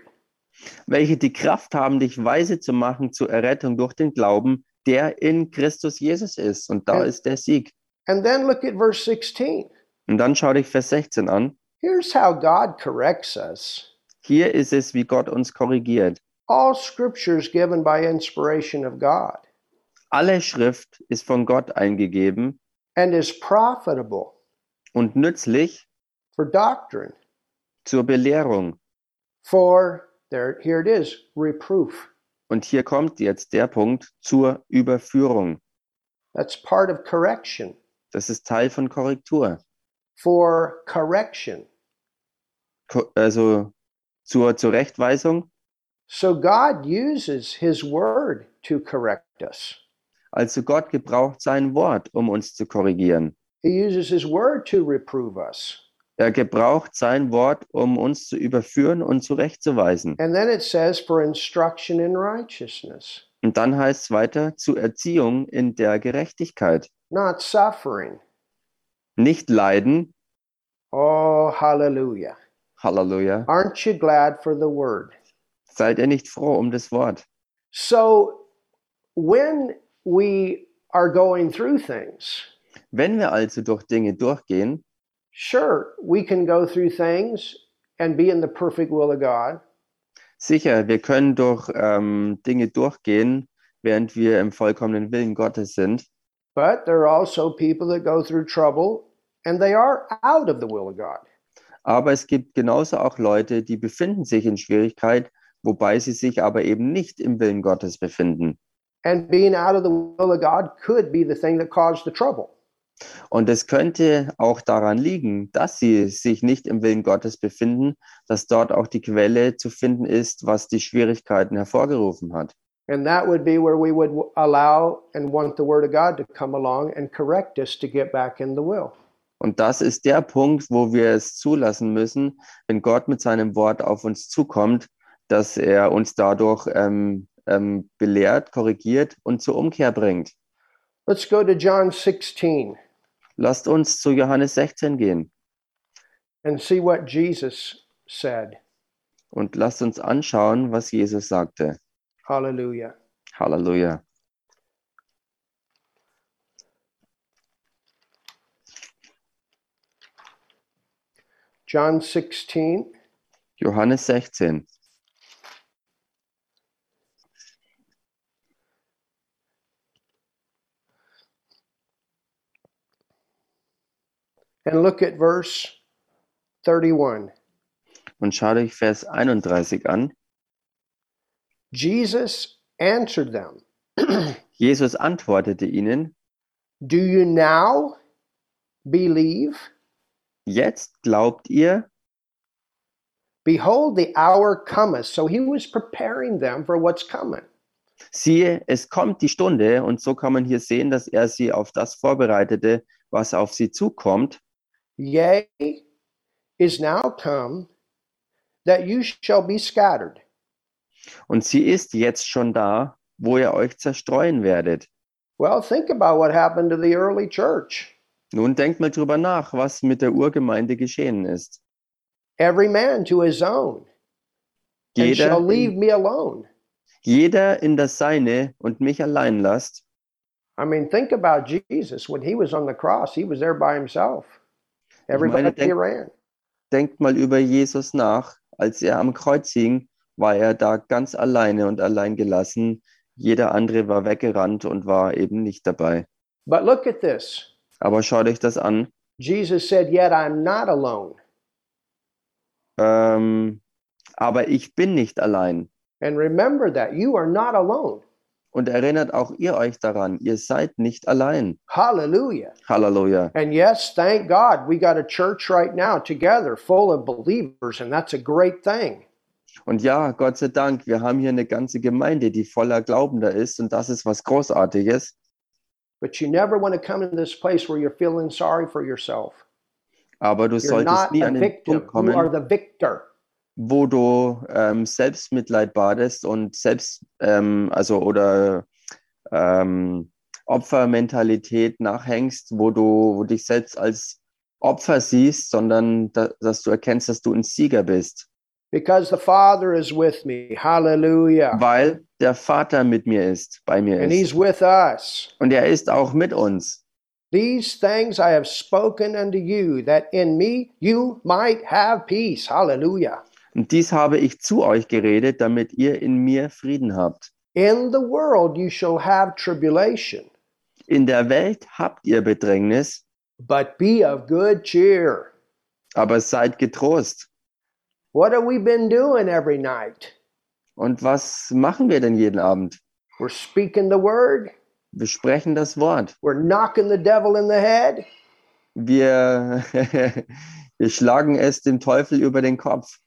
Speaker 5: Welche die Kraft haben, dich weise zu machen zur Errettung durch den Glauben, der in Christus Jesus ist. Und da
Speaker 1: Ja.
Speaker 5: ist der Sieg.
Speaker 1: And then look at verse 16.
Speaker 5: Und dann schau dich Vers 16 an.
Speaker 1: Here's how God corrects us.
Speaker 5: Hier ist es, wie Gott uns korrigiert.
Speaker 1: All scripture is given by inspiration of God
Speaker 5: Alle Schrift ist von Gott eingegeben
Speaker 1: and is profitable
Speaker 5: und nützlich
Speaker 1: for doctrine,
Speaker 5: zur Belehrung.
Speaker 1: for, there, here it is, reproof.
Speaker 5: Und hier kommt jetzt der Punkt zur Überführung.
Speaker 1: That's part of correction,
Speaker 5: Das ist Teil von Korrektur.
Speaker 1: for correction.
Speaker 5: Ko also zur Zurechtweisung.
Speaker 1: So God uses His word to correct us.
Speaker 5: Also Gott gebraucht sein Wort, um uns zu korrigieren.
Speaker 1: He uses his word to reprove us.
Speaker 5: Er gebraucht sein Wort, um uns zu überführen und zurechtzuweisen.
Speaker 1: And then it says, for instruction in righteousness,
Speaker 5: Und dann heißt es weiter zur Erziehung in der Gerechtigkeit.
Speaker 1: not suffering.
Speaker 5: Nicht leiden.
Speaker 1: Oh, hallelujah.
Speaker 5: Halleluja.
Speaker 1: Aren't you glad for the word?
Speaker 5: Seid ihr nicht froh um das Wort?
Speaker 1: So when we are going through things,
Speaker 5: Wenn wir also durch Dinge durchgehen,
Speaker 1: Sure, we can go through things and be in the perfect will of God,
Speaker 5: Sicher, wir können durch ähm, Dinge durchgehen, während wir im vollkommenen Willen Gottes sind.
Speaker 1: but there are also people that go through trouble and they are out of the will of God.
Speaker 5: Aber es gibt genauso auch Leute, die befinden sich in Schwierigkeit, wobei sie sich aber eben nicht im Willen Gottes befinden.
Speaker 1: And being out of the will of God could be the thing that caused the trouble.
Speaker 5: Und es könnte auch daran liegen, dass sie sich nicht im Willen Gottes befinden, dass dort auch die Quelle zu finden ist, was die Schwierigkeiten hervorgerufen hat.
Speaker 1: And that would be where we would allow and want the Word of God to come along and correct us to get back in the will.
Speaker 5: Und das ist der Punkt, wo wir es zulassen müssen, wenn Gott mit seinem Wort auf uns zukommt, dass er uns dadurch ähm, ähm, belehrt, korrigiert und zur Umkehr bringt.
Speaker 1: Let's go to John 16
Speaker 5: Lasst uns zu Johannes 16 gehen
Speaker 1: and see what Jesus said.
Speaker 5: und lasst uns anschauen, was Jesus sagte.
Speaker 1: Hallelujah.
Speaker 5: Halleluja.
Speaker 1: John 16,
Speaker 5: Johannes 16.
Speaker 1: and look at verse 31.
Speaker 5: Und schaut euch Vers 31 an.
Speaker 1: Jesus answered them,
Speaker 5: Jesus antwortete ihnen,
Speaker 1: Do you now believe?
Speaker 5: jetzt glaubt ihr,
Speaker 1: Behold, the hour cometh. So he was preparing them for what's coming.
Speaker 5: siehe, es kommt die Stunde, und so kann man hier sehen, dass er sie auf das vorbereitete, was auf sie zukommt.
Speaker 1: Yea, is now come that you shall be scattered,
Speaker 5: Und sie ist jetzt schon da, wo ihr euch zerstreuen werdet.
Speaker 1: Well, think about what happened to the early church.
Speaker 5: Nun denkt mal drüber nach, was mit der Urgemeinde geschehen ist.
Speaker 1: Every man to his own, and
Speaker 5: Jeder,
Speaker 1: shall leave me alone.
Speaker 5: jeder in das Seine und mich allein lasst.
Speaker 1: I mean, think about Jesus when he was on the cross; he was there by himself. Everybody
Speaker 5: think-
Speaker 1: ran.
Speaker 5: Denkt mal über Jesus nach. Als er am Kreuz hing, war er da ganz alleine und allein gelassen. Jeder andere war weggerannt und war eben nicht dabei.
Speaker 1: But look at this:
Speaker 5: Aber schaut euch das an.
Speaker 1: Jesus said, "Yet I'm not alone,"
Speaker 5: Ähm, aber ich bin nicht allein.
Speaker 1: and remember that you are not alone.
Speaker 5: Und erinnert auch ihr euch daran, ihr seid nicht allein.
Speaker 1: Hallelujah.
Speaker 5: Halleluja.
Speaker 1: And yes, thank God we got a church right now together full of believers, and that's a great thing.
Speaker 5: Und ja, Gott sei Dank, wir haben hier eine ganze Gemeinde, die voller Glaubender ist und das ist was Großartiges.
Speaker 1: But you never want to come in this place where you're feeling sorry for yourself.
Speaker 5: Aber du
Speaker 1: You're
Speaker 5: solltest
Speaker 1: not
Speaker 5: nie
Speaker 1: a
Speaker 5: an den
Speaker 1: victim.
Speaker 5: Punkt
Speaker 1: You are
Speaker 5: kommen,
Speaker 1: the victor.
Speaker 5: wo du ähm, Selbstmitleid badest und selbst, ähm, also oder ähm, Opfermentalität nachhängst, wo du wo dich selbst als Opfer siehst, sondern da, dass du erkennst, dass du ein Sieger bist,
Speaker 1: Because the Father is with me. Hallelujah.
Speaker 5: weil der Vater mit mir ist, bei mir
Speaker 1: And
Speaker 5: ist.
Speaker 1: he's with us.
Speaker 5: Und er ist auch mit uns.
Speaker 1: These things I have spoken unto you, that in me you might have peace. Hallelujah.
Speaker 5: Und dies habe ich zu euch geredet, damit ihr in mir Frieden habt.
Speaker 1: In the world you shall have tribulation,
Speaker 5: In der Welt habt ihr Bedrängnis,
Speaker 1: but be of good cheer.
Speaker 5: aber seid getrost.
Speaker 1: What have we been doing every night?
Speaker 5: Und was machen wir denn jeden Abend?
Speaker 1: We're speaking the word,
Speaker 5: Wir sprechen das Wort.
Speaker 1: we're knocking the devil in the head,
Speaker 5: Wir, wir schlagen es dem Teufel über den Kopf.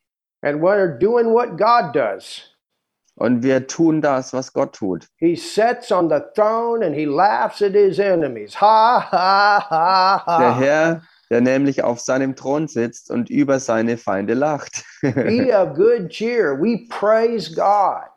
Speaker 1: and we're doing what God does.
Speaker 5: Und wir tun das, was Gott tut.
Speaker 1: He sits on the throne and he laughs at his enemies. Ha, ha, ha,
Speaker 5: Der
Speaker 1: ha.
Speaker 5: Herr, der nämlich auf seinem Thron sitzt und über seine Feinde lacht.
Speaker 1: Be of good cheer. We praise God.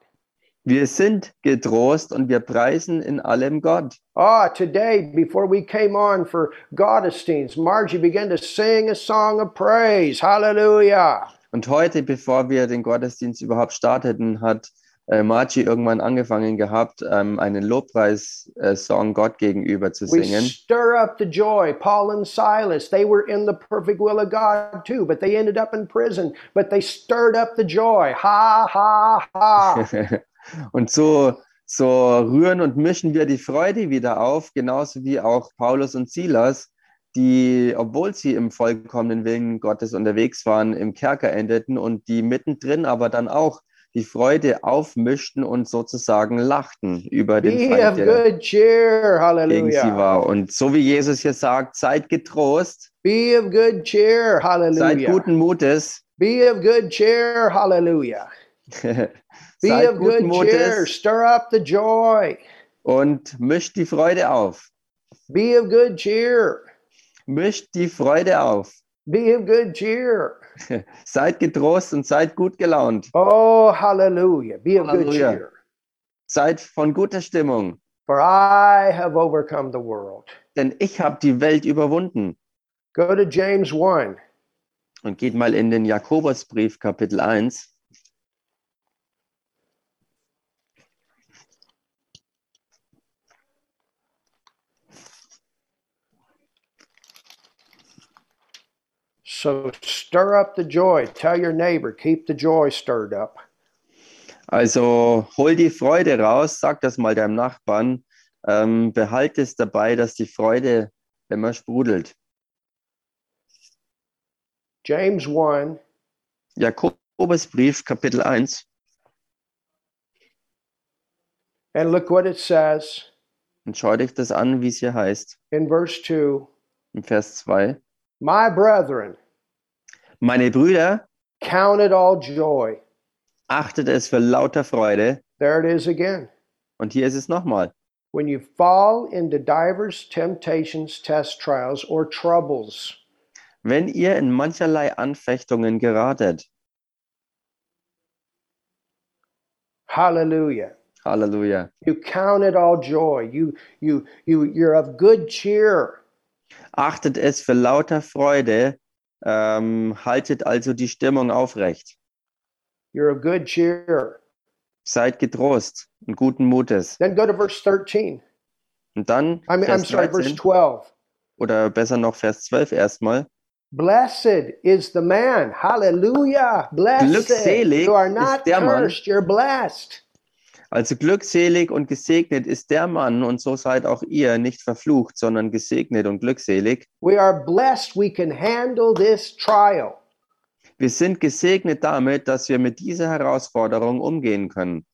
Speaker 5: Wir sind getrost und wir preisen in allem Gott.
Speaker 1: Ah, today, before we came on for Godestines, Margie began to sing a song of praise. Hallelujah.
Speaker 5: Und heute, bevor wir den Gottesdienst überhaupt starteten, hat äh, Margie irgendwann angefangen gehabt, ähm, einen Lobpreis-Song Gott gegenüber zu
Speaker 1: We
Speaker 5: singen.
Speaker 1: stir up the joy. Paul and Silas, they were in the perfect will of God too, but they ended up in prison. But they stirred up the joy. Ha, ha, ha.
Speaker 5: Und so, so rühren und mischen wir die Freude wieder auf, genauso wie auch Paulus und Silas, die, obwohl sie im vollkommenen Willen Gottes unterwegs waren, im Kerker endeten und die mittendrin aber dann auch die Freude aufmischten und sozusagen lachten über den
Speaker 1: Be
Speaker 5: Feind,
Speaker 1: of
Speaker 5: der
Speaker 1: good cheer.
Speaker 5: gegen sie
Speaker 1: Hallelujah.
Speaker 5: war. Und so wie Jesus hier sagt, seid getrost,
Speaker 1: Be of good cheer.
Speaker 5: seid
Speaker 1: Hallelujah.
Speaker 5: guten Mutes,
Speaker 1: Be of good cheer. Hallelujah. Be
Speaker 5: seid
Speaker 1: of good
Speaker 5: guten
Speaker 1: cheer.
Speaker 5: Mutes
Speaker 1: Stir up the joy.
Speaker 5: und mischt die Freude auf.
Speaker 1: Be of good cheer.
Speaker 5: Mischt die Freude auf.
Speaker 1: Be of good cheer.
Speaker 5: Seid getrost und seid gut gelaunt.
Speaker 1: Oh, hallelujah. Be of good
Speaker 5: Hallelujah.
Speaker 1: cheer.
Speaker 5: Seid von guter Stimmung,
Speaker 1: For I have overcome the world.
Speaker 5: denn ich habe die Welt überwunden.
Speaker 1: Go to James 1.
Speaker 5: Und geht mal in den Jakobusbrief, Kapitel 1.
Speaker 1: So stir up the joy. Tell your neighbor, keep the joy stirred up.
Speaker 5: Also hol die Freude raus, sag das mal deinem Nachbarn. Ähm, behalt es dabei, dass die Freude immer sprudelt.
Speaker 1: James 1,
Speaker 5: Jakobusbrief, Kapitel 1.
Speaker 1: and look what it says
Speaker 5: Und schau dich das an, wie es hier heißt,
Speaker 1: in verse 2
Speaker 5: im Vers 2.
Speaker 1: My brethren,
Speaker 5: Meine Brüder,
Speaker 1: count it all joy.
Speaker 5: achtet es für lauter Freude.
Speaker 1: There it is again.
Speaker 5: Und hier ist es nochmal.
Speaker 1: When you fall into divers temptations, tests, trials, or troubles,
Speaker 5: Wenn ihr in mancherlei Anfechtungen geratet,
Speaker 1: hallelujah.
Speaker 5: Halleluja,
Speaker 1: You count it all joy. You you you you're of good cheer.
Speaker 5: achtet es für lauter Freude, ähm, haltet also die Stimmung aufrecht.
Speaker 1: You're of good cheer.
Speaker 5: Seid getrost und guten Mutes.
Speaker 1: Then go to verse 13.
Speaker 5: Und dann
Speaker 1: I mean, I'm
Speaker 5: Vers
Speaker 1: sorry, verse
Speaker 5: 13,
Speaker 1: 12.
Speaker 5: oder besser noch Vers 12 erstmal.
Speaker 1: Blessed is the man. Hallelujah. Blessed.
Speaker 5: Glückselig
Speaker 1: You are
Speaker 5: ist
Speaker 1: not
Speaker 5: der Mann.
Speaker 1: cursed. You're blessed.
Speaker 5: Also glückselig und gesegnet ist der Mann und so seid auch ihr nicht verflucht, sondern gesegnet und glückselig.
Speaker 1: We are blessed. We can handle this trial.
Speaker 5: Wir sind gesegnet damit, dass wir mit dieser Herausforderung umgehen können.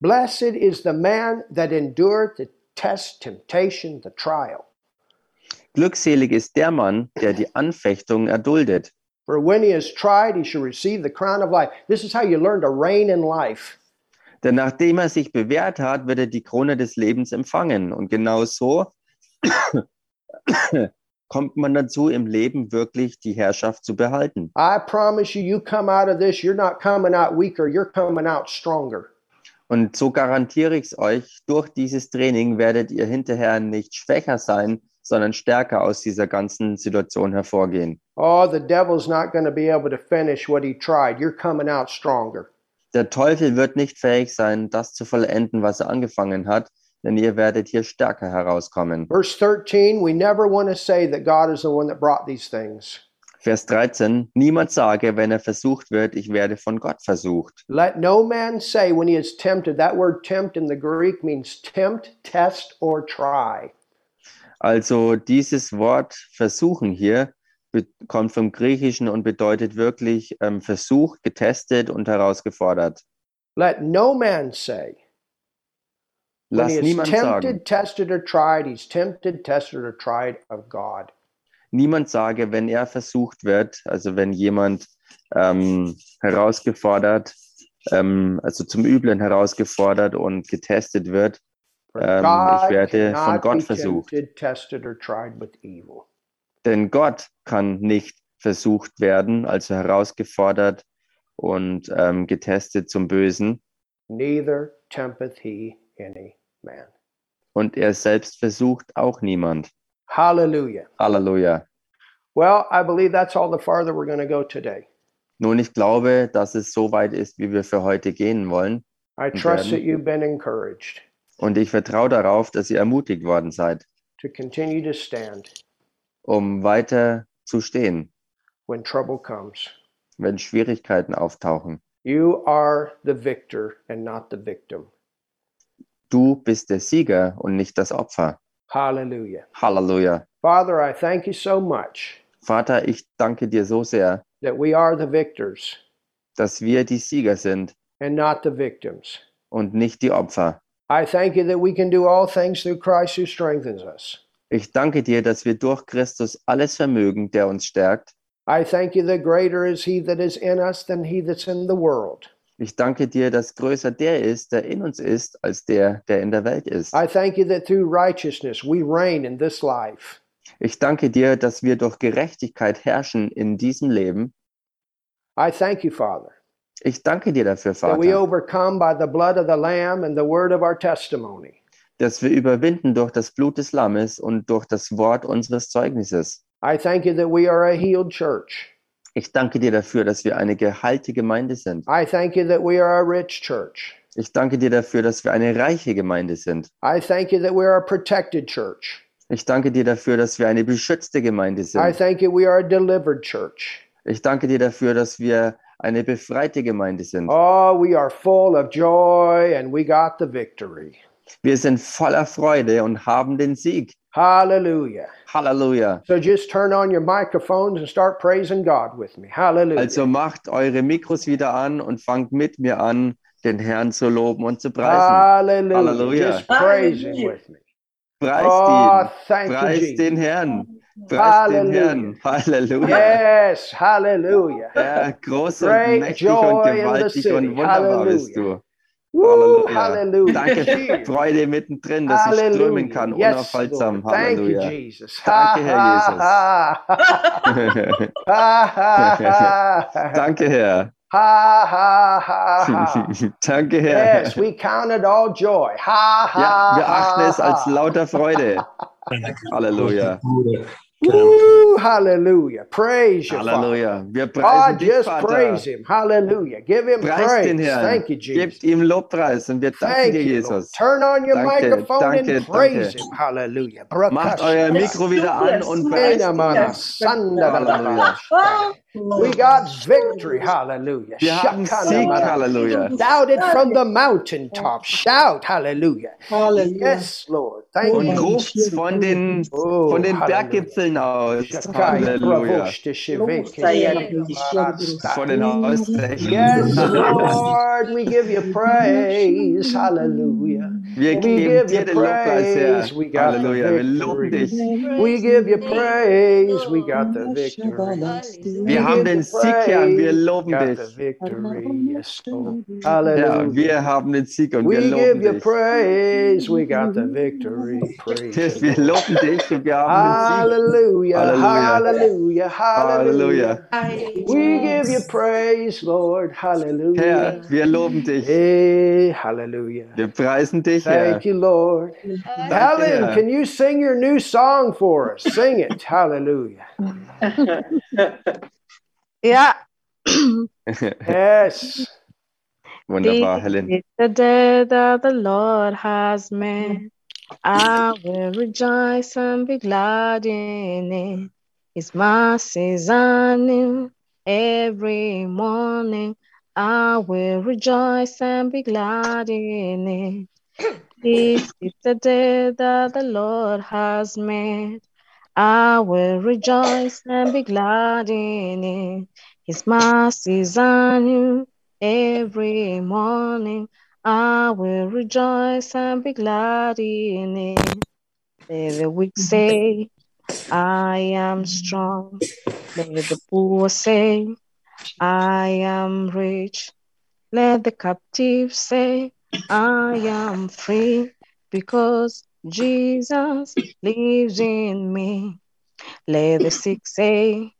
Speaker 1: Blessed is the man that endured the test, temptation, the trial.
Speaker 5: Glückselig ist der Mann, der die Anfechtung erduldet.
Speaker 1: For when he is tried, he shall receive the crown of life. This is how you learn to reign in life.
Speaker 5: Denn nachdem er sich bewährt hat, wird er die Krone des Lebens empfangen. Und genau so kommt man dazu, im Leben wirklich die Herrschaft zu behalten.
Speaker 1: I promise you, you come out of this, you're not coming out weaker, you're coming out stronger.
Speaker 5: Und so garantiere ich es euch, durch dieses Training werdet ihr hinterher nicht schwächer sein, sondern stärker aus dieser ganzen Situation hervorgehen.
Speaker 1: Oh, the devil's not going to be able to finish what he tried. You're coming out stronger.
Speaker 5: Der Teufel wird nicht fähig sein, das zu vollenden, was er angefangen hat, denn ihr werdet hier stärker herauskommen.
Speaker 1: Verse 13, we never want to say that God is the one that brought these things.
Speaker 5: Vers 13. Niemand sage, wenn er versucht wird, ich werde von Gott versucht.
Speaker 1: Let no man say when he is tempted, that word tempt in the Greek means tempt, test, or try.
Speaker 5: Also dieses Wort versuchen hier be- kommt vom Griechischen und bedeutet wirklich ähm, versucht, getestet und herausgefordert.
Speaker 1: Let no man say when
Speaker 5: Lass
Speaker 1: he is
Speaker 5: niemand sagen,
Speaker 1: tempted, tested, or tried, he's tempted, tested, or tried of God.
Speaker 5: niemand sage, wenn er versucht wird, also wenn jemand ähm, herausgefordert, ähm, also zum Üblen herausgefordert und getestet wird,
Speaker 1: For
Speaker 5: Ähm, ich werde von
Speaker 1: cannot
Speaker 5: Gott
Speaker 1: be
Speaker 5: versucht.
Speaker 1: tempted, tested, or tried with evil.
Speaker 5: Denn Gott kann nicht versucht werden, also herausgefordert und ähm, getestet zum Bösen.
Speaker 1: Neither tempteth he any man.
Speaker 5: Und er selbst versucht auch niemand.
Speaker 1: Hallelujah.
Speaker 5: Halleluja.
Speaker 1: Well, I believe that's all the farther we're going to go today.
Speaker 5: Nun, ich glaube, dass es so weit ist, wie wir für heute gehen wollen.
Speaker 1: I trust
Speaker 5: werden.
Speaker 1: that you've been encouraged
Speaker 5: Und ich vertraue darauf, dass ihr ermutigt worden seid,
Speaker 1: to continue to stand
Speaker 5: um weiter zu stehen,
Speaker 1: when trouble comes.
Speaker 5: wenn Schwierigkeiten auftauchen.
Speaker 1: You are the victor and not the victim.
Speaker 5: Du bist der Sieger und nicht das Opfer.
Speaker 1: Hallelujah.
Speaker 5: Halleluja.
Speaker 1: Father, I thank you so much
Speaker 5: Vater, ich danke dir so sehr,
Speaker 1: that we are the victors
Speaker 5: dass wir die Sieger sind
Speaker 1: and not the victims.
Speaker 5: und nicht die Opfer.
Speaker 1: I thank you that we can do all things through Christ who strengthens us.
Speaker 5: Ich danke dir, dass wir durch Christus alles vermögen, der uns stärkt.
Speaker 1: I thank you that greater is he that is in us than he that's in the world.
Speaker 5: Ich danke dir, dass größer der ist, der in uns ist, als der, der in der Welt ist.
Speaker 1: I thank you that through righteousness we reign in this life.
Speaker 5: Ich danke dir, dass wir durch Gerechtigkeit herrschen in diesem Leben.
Speaker 1: I thank you, Father,
Speaker 5: Ich danke dir dafür,
Speaker 1: that we
Speaker 5: Vater,
Speaker 1: overcome by the blood of the Lamb and the word of our testimony.
Speaker 5: dass wir überwinden durch das Blut des Lammes und durch das Wort unseres Zeugnisses.
Speaker 1: I thank you that we are a healed church.
Speaker 5: Ich danke dir dafür, dass wir eine geheilte Gemeinde sind.
Speaker 1: I thank you that we are a rich church.
Speaker 5: Ich danke dir dafür, dass wir eine reiche Gemeinde sind.
Speaker 1: I thank you that we are a protected church.
Speaker 5: Ich danke dir dafür, dass wir eine beschützte Gemeinde
Speaker 1: I
Speaker 5: sind.
Speaker 1: thank you we are a delivered church.
Speaker 5: Ich danke dir dafür, dass wir eine befreite Gemeinde sind.
Speaker 1: Oh, we are full of joy and we got the victory.
Speaker 5: Wir sind voller Freude und haben den Sieg.
Speaker 1: Hallelujah.
Speaker 5: Halleluja.
Speaker 1: So just turn on your microphones and start praising God with me. Hallelujah.
Speaker 5: Also macht eure Mikros wieder an und fangt mit mir an, den Herrn zu loben und zu
Speaker 1: Ah,
Speaker 5: preisen.
Speaker 1: Hallelujah.
Speaker 5: Hallelujah.
Speaker 1: Just praise Him with me. Oh,
Speaker 5: Preist ihn.
Speaker 1: thank you,
Speaker 5: Preist den
Speaker 1: Jesus.
Speaker 5: Herrn. Preist den
Speaker 1: Halleluja.
Speaker 5: Herrn. Halleluja.
Speaker 1: Yes, hallelujah.
Speaker 5: Ja, groß und
Speaker 1: Great
Speaker 5: mächtig und
Speaker 1: joy in the
Speaker 5: gewaltig
Speaker 1: city.
Speaker 5: und wunderbar bist
Speaker 1: Halleluja.
Speaker 5: du.
Speaker 1: Woo,
Speaker 5: Halleluja.
Speaker 1: hallelujah.
Speaker 5: Danke,
Speaker 1: Cheers.
Speaker 5: Freude mittendrin, dass ich strömen
Speaker 1: Hallelujah.
Speaker 5: kann,
Speaker 1: Yes,
Speaker 5: unaufhaltsam.
Speaker 1: Lord. Thank you,
Speaker 5: Halleluja.
Speaker 1: Jesus.
Speaker 5: Danke, Herr Jesus.
Speaker 1: Ha, ha, ha, ha, ha, ha.
Speaker 5: Danke, Herr.
Speaker 1: Ha, ha, ha, ha.
Speaker 5: Danke, Herr.
Speaker 1: Yes, we counted all joy. Ha, ha,
Speaker 5: Ja, wir
Speaker 1: ha,
Speaker 5: achten es als
Speaker 1: ha.
Speaker 5: lauter Freude. Halleluja.
Speaker 1: Woo, hallelujah. Praise you, Father.
Speaker 5: Halleluja. Wir
Speaker 1: Oh,
Speaker 5: preisen dich,
Speaker 1: just praise
Speaker 5: Vater.
Speaker 1: him. Hallelujah. Give him
Speaker 5: Preist den
Speaker 1: praise.
Speaker 5: Herrn.
Speaker 1: Thank you, Jesus.
Speaker 5: Gebt ihm Lobpreis und wir danken
Speaker 1: Thank
Speaker 5: dir,
Speaker 1: you, Lord.
Speaker 5: Jesus.
Speaker 1: Turn on your
Speaker 5: Danke,
Speaker 1: microphone
Speaker 5: danke,
Speaker 1: and praise
Speaker 5: danke.
Speaker 1: him. Hallelujah.
Speaker 5: Macht
Speaker 1: Brakashi.
Speaker 5: euer Mikro wieder an und preist
Speaker 1: Ena mana
Speaker 5: ihn.
Speaker 1: sanda da da
Speaker 5: Halleluja.
Speaker 1: ba. We got victory. Hallelujah.
Speaker 5: Wir haben
Speaker 1: Shakana
Speaker 5: Sieg,
Speaker 1: mana.
Speaker 5: Halleluja.
Speaker 1: Shouted from the mountaintop. Shout. Hallelujah. Yes, Lord. Thank
Speaker 5: Und
Speaker 1: you.
Speaker 5: ruft's von den,
Speaker 1: Oh,
Speaker 5: von den
Speaker 1: Halleluja.
Speaker 5: Berggipfeln aus.
Speaker 1: Shakaya
Speaker 5: Halleluja.
Speaker 1: Bravoshta Shiveke Ena mana sta.
Speaker 5: Von den Ausflächen.
Speaker 1: Yes, Lord, we give you praise. Hallelujah.
Speaker 5: Wir
Speaker 1: We
Speaker 5: geben
Speaker 1: give
Speaker 5: dir
Speaker 1: you
Speaker 5: den Lobpreis, Herr.
Speaker 1: praise. We got the
Speaker 5: Halleluja. Wir
Speaker 1: victory.
Speaker 5: loben dich.
Speaker 1: We give you praise. We got the victory. We
Speaker 5: Wir
Speaker 1: give
Speaker 5: haben den
Speaker 1: you
Speaker 5: Sieg, Herr. Wir
Speaker 1: praise. We
Speaker 5: loben
Speaker 1: got
Speaker 5: dich.
Speaker 1: the victory. Yes, Lord.
Speaker 5: Ja,
Speaker 1: Hallelujah.
Speaker 5: wir haben den Sieg und wir
Speaker 1: We
Speaker 5: loben
Speaker 1: give you
Speaker 5: dich.
Speaker 1: praise. We got the victory. Praise the
Speaker 5: Wir
Speaker 1: Lord.
Speaker 5: loben dich und wir haben den Sieg.
Speaker 1: Hallelujah.
Speaker 5: Hallelujah.
Speaker 1: Hallelujah.
Speaker 5: Halleluja.
Speaker 1: Hallelujah. We give you praise, Lord. Hallelujah.
Speaker 5: Herr, wir loben dich.
Speaker 1: Hey, hallelujah.
Speaker 5: Wir preisen dich, Herr.
Speaker 1: Thank you, Lord.
Speaker 5: Danke,
Speaker 1: Helen,
Speaker 5: Herr.
Speaker 1: can you sing your new song for us? Sing it. Hallelujah.
Speaker 6: Yeah.
Speaker 1: Yes.
Speaker 5: Wunderbar,
Speaker 6: This
Speaker 5: Helen.
Speaker 6: is the day that the Lord has made. I will rejoice and be glad in it. His mercies are new every morning. I will rejoice and be glad in it. This is the day that the Lord has made. I will rejoice and be glad in it. His mercies are new every morning. I will rejoice and be glad in it. Let the weak say, I am strong. Let the poor say, I am rich. Let the captive say, I am free because Jesus lives in me. Let the sick say,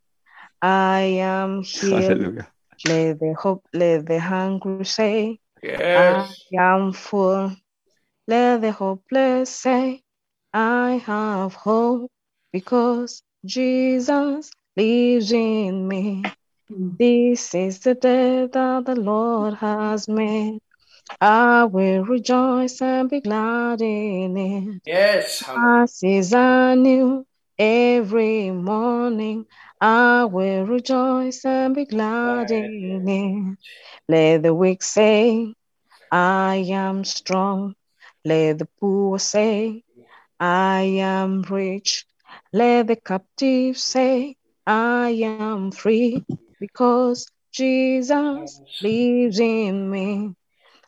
Speaker 6: I am healed.
Speaker 5: Halleluja.
Speaker 6: Let the hope, let the hungry say,
Speaker 1: Yes.
Speaker 6: I am full. Let the hopeless say, I have hope because Jesus lives in me. This is the day that the Lord has made. I will rejoice and be glad in it.
Speaker 1: Yes.
Speaker 6: Mercies are new every morning. I will rejoice and be glad in it. Let the weak say, I am strong. Let the poor say, I am rich. Let the captive say, I am free because Jesus lives in me.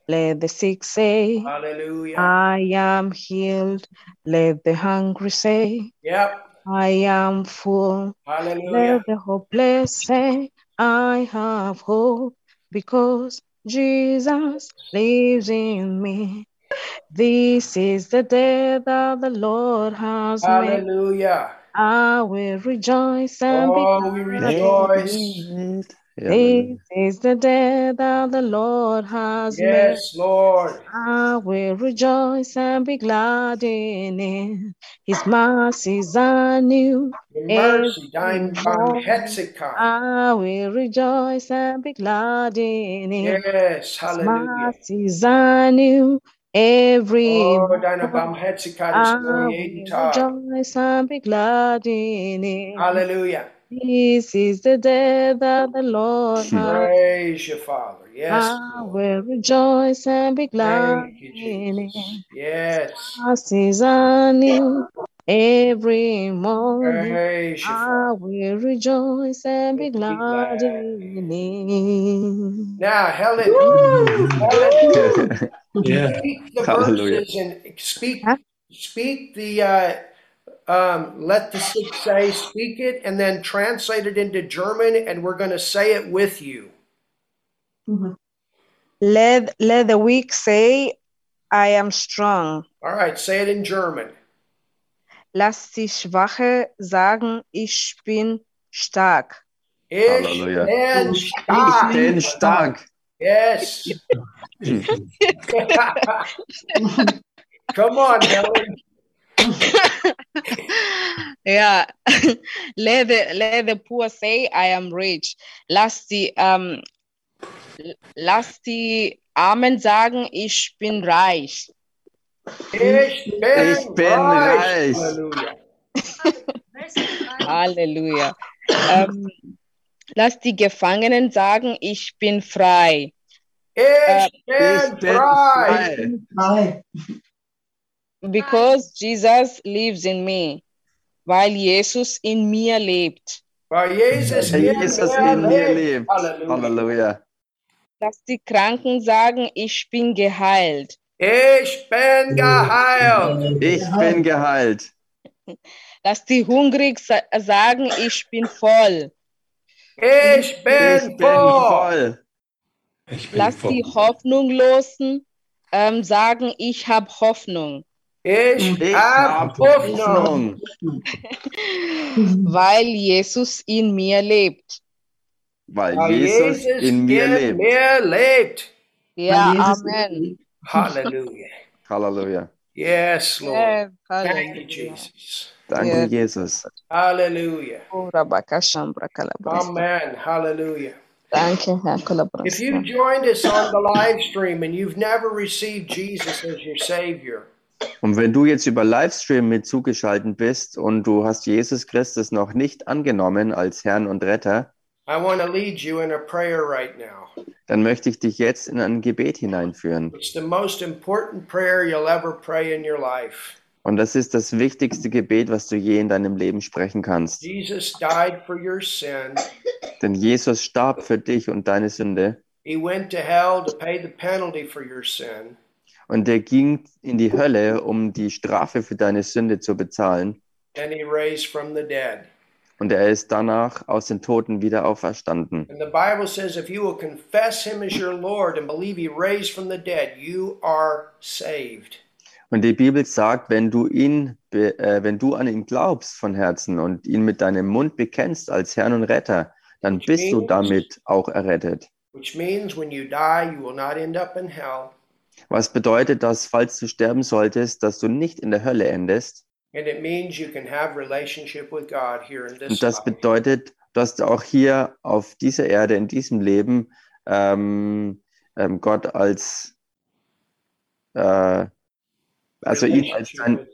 Speaker 6: Let the sick say,
Speaker 1: Hallelujah.
Speaker 6: I am healed. Let the hungry say,
Speaker 1: Yep.
Speaker 6: I am full.
Speaker 1: Oh, Hallelujah.
Speaker 6: Let the hopeless say, I have hope because Jesus lives in me. This is the day that the Lord has made.
Speaker 1: Hallelujah.
Speaker 6: I will rejoice and be
Speaker 1: Oh, we
Speaker 6: glad.
Speaker 1: rejoice.
Speaker 6: This is the day that the Lord has made.
Speaker 1: Yes, Lord.
Speaker 6: I will rejoice and be glad in it. His mercies are new
Speaker 1: Your
Speaker 6: every
Speaker 1: mercy, thine on
Speaker 6: morning.
Speaker 1: Hetzekai.
Speaker 6: I will rejoice and be glad in it.
Speaker 1: Yes,
Speaker 6: His
Speaker 1: hallelujah.
Speaker 6: mercies are new every
Speaker 1: Oh, deine
Speaker 6: morning.
Speaker 1: Barmherzigkeit ist
Speaker 6: I
Speaker 1: neu jeden
Speaker 6: will
Speaker 1: Tag.
Speaker 6: rejoice and be glad in it.
Speaker 1: Hallelujah.
Speaker 6: This is the day that the Lord has
Speaker 1: Praise you, Father. Hmm. Yes,
Speaker 6: I
Speaker 1: Lord.
Speaker 6: will rejoice and be glad
Speaker 1: Thank you,
Speaker 6: in it.
Speaker 1: Jesus. Yes.
Speaker 6: Mercies are new every morning.
Speaker 1: Praise you, Father.
Speaker 6: I will rejoice and be
Speaker 1: Be
Speaker 6: glad
Speaker 1: glad.
Speaker 6: in it.
Speaker 1: Now, Helen, Helen,
Speaker 5: Woo!
Speaker 11: Yeah.
Speaker 1: speak the
Speaker 5: Hallelujah.
Speaker 1: verses and speak,
Speaker 6: Huh?
Speaker 1: speak the, uh, um, let the sick say, speak it, and then translate it into German, and we're going to say it with you.
Speaker 6: Let, let the weak say, I am strong.
Speaker 1: All right, say it in German.
Speaker 6: Lass die Schwache sagen, ich bin stark.
Speaker 1: Ich
Speaker 5: Halleluja.
Speaker 1: bin
Speaker 5: Ich
Speaker 1: stark.
Speaker 5: bin stark.
Speaker 1: Yes.
Speaker 11: Ich bin
Speaker 1: Come on, Helen.
Speaker 7: yeah let the let the poor say i am rich lass die um lass die armen sagen ich bin reich
Speaker 1: Ich
Speaker 5: Ich
Speaker 1: bin
Speaker 5: bin
Speaker 1: reich.
Speaker 5: reich.
Speaker 1: Halleluja.
Speaker 7: halleluja ähm, lass die gefangenen sagen ich bin frei äh,
Speaker 1: Ich
Speaker 5: Ich
Speaker 1: bin
Speaker 5: bin
Speaker 1: frei.
Speaker 5: frei.
Speaker 7: because jesus lives in me weil jesus in mir lebt
Speaker 1: Weil Jesus
Speaker 5: Herr
Speaker 1: in
Speaker 5: Jesus
Speaker 1: mir
Speaker 5: in mir
Speaker 1: lebt.
Speaker 5: lebt.
Speaker 1: Halleluja.
Speaker 5: Halleluja.
Speaker 7: lass die kranken sagen ich bin geheilt
Speaker 1: Ich bin geheilt.
Speaker 5: Ich bin geheilt.
Speaker 7: lass die hungrig sa sagen ich bin voll
Speaker 1: Ich
Speaker 5: Ich
Speaker 1: bin
Speaker 5: bin
Speaker 1: voll.
Speaker 5: voll.
Speaker 11: Ich bin
Speaker 7: Lass die
Speaker 11: voll.
Speaker 7: Hoffnunglosen ähm, sagen, ich habe Hoffnung,
Speaker 1: Ich
Speaker 5: Ich
Speaker 1: hab
Speaker 5: habe
Speaker 1: Hoffnung,
Speaker 5: Hoffnung,
Speaker 7: weil Jesus in mir lebt.
Speaker 5: weil
Speaker 1: weil
Speaker 5: Jesus
Speaker 1: Jesus
Speaker 5: in mir
Speaker 1: in
Speaker 5: lebt.
Speaker 1: mir lebt.
Speaker 7: Ja, Amen.
Speaker 1: Hallelujah.
Speaker 5: Halleluja.
Speaker 1: Yes, Lord.
Speaker 7: Yes,
Speaker 1: Thank you,
Speaker 7: Halleluja.
Speaker 1: Jesus.
Speaker 5: Danke,
Speaker 7: Yes.
Speaker 5: Jesus.
Speaker 1: Hallelujah.
Speaker 7: Ora baka shambra kalabrasa.
Speaker 1: Amen. Hallelujah.
Speaker 7: Danke, Herr
Speaker 1: If you
Speaker 7: Kalabrasa.
Speaker 1: joined us on the live stream and you've never received Jesus as your Savior,
Speaker 5: Und wenn du jetzt über Livestream mit zugeschaltet bist und du hast Jesus Christus noch nicht angenommen als Herrn und Retter,
Speaker 1: I want to lead you in a prayer right now.
Speaker 5: dann möchte ich dich jetzt in ein Gebet hineinführen.
Speaker 1: It's the most important prayer you'll ever pray in your life.
Speaker 5: Und das ist das wichtigste Gebet, was du je in deinem Leben sprechen kannst.
Speaker 1: Jesus died for your sin.
Speaker 5: Denn Jesus starb für dich und deine Sünde
Speaker 1: He went to hell to pay the penalty for your sin.
Speaker 5: und er ging in die Hölle, um die Strafe für deine Sünde zu bezahlen.
Speaker 1: and he raised from the dead.
Speaker 5: Und er ist danach aus den Toten wieder auferstanden.
Speaker 1: And the Bible says if you will confess him as your Lord and believe he raised from the dead, you are saved.
Speaker 5: Und die Bibel sagt, wenn du ihn, be- äh, wenn du an ihn glaubst von Herzen und ihn mit deinem Mund bekennst als Herrn und Retter, dann
Speaker 1: Which
Speaker 5: bist du
Speaker 1: means
Speaker 5: damit auch errettet.
Speaker 1: which means when you die you will not end up in hell.
Speaker 5: Was bedeutet das, falls du sterben solltest, dass du nicht in der Hölle endest?
Speaker 1: And it means you can have relationship with God here in
Speaker 5: Und
Speaker 1: this
Speaker 5: das
Speaker 1: life.
Speaker 5: bedeutet, dass du auch hier auf dieser Erde, in diesem Leben, ähm, ähm, Gott als äh, also ihn als, dein,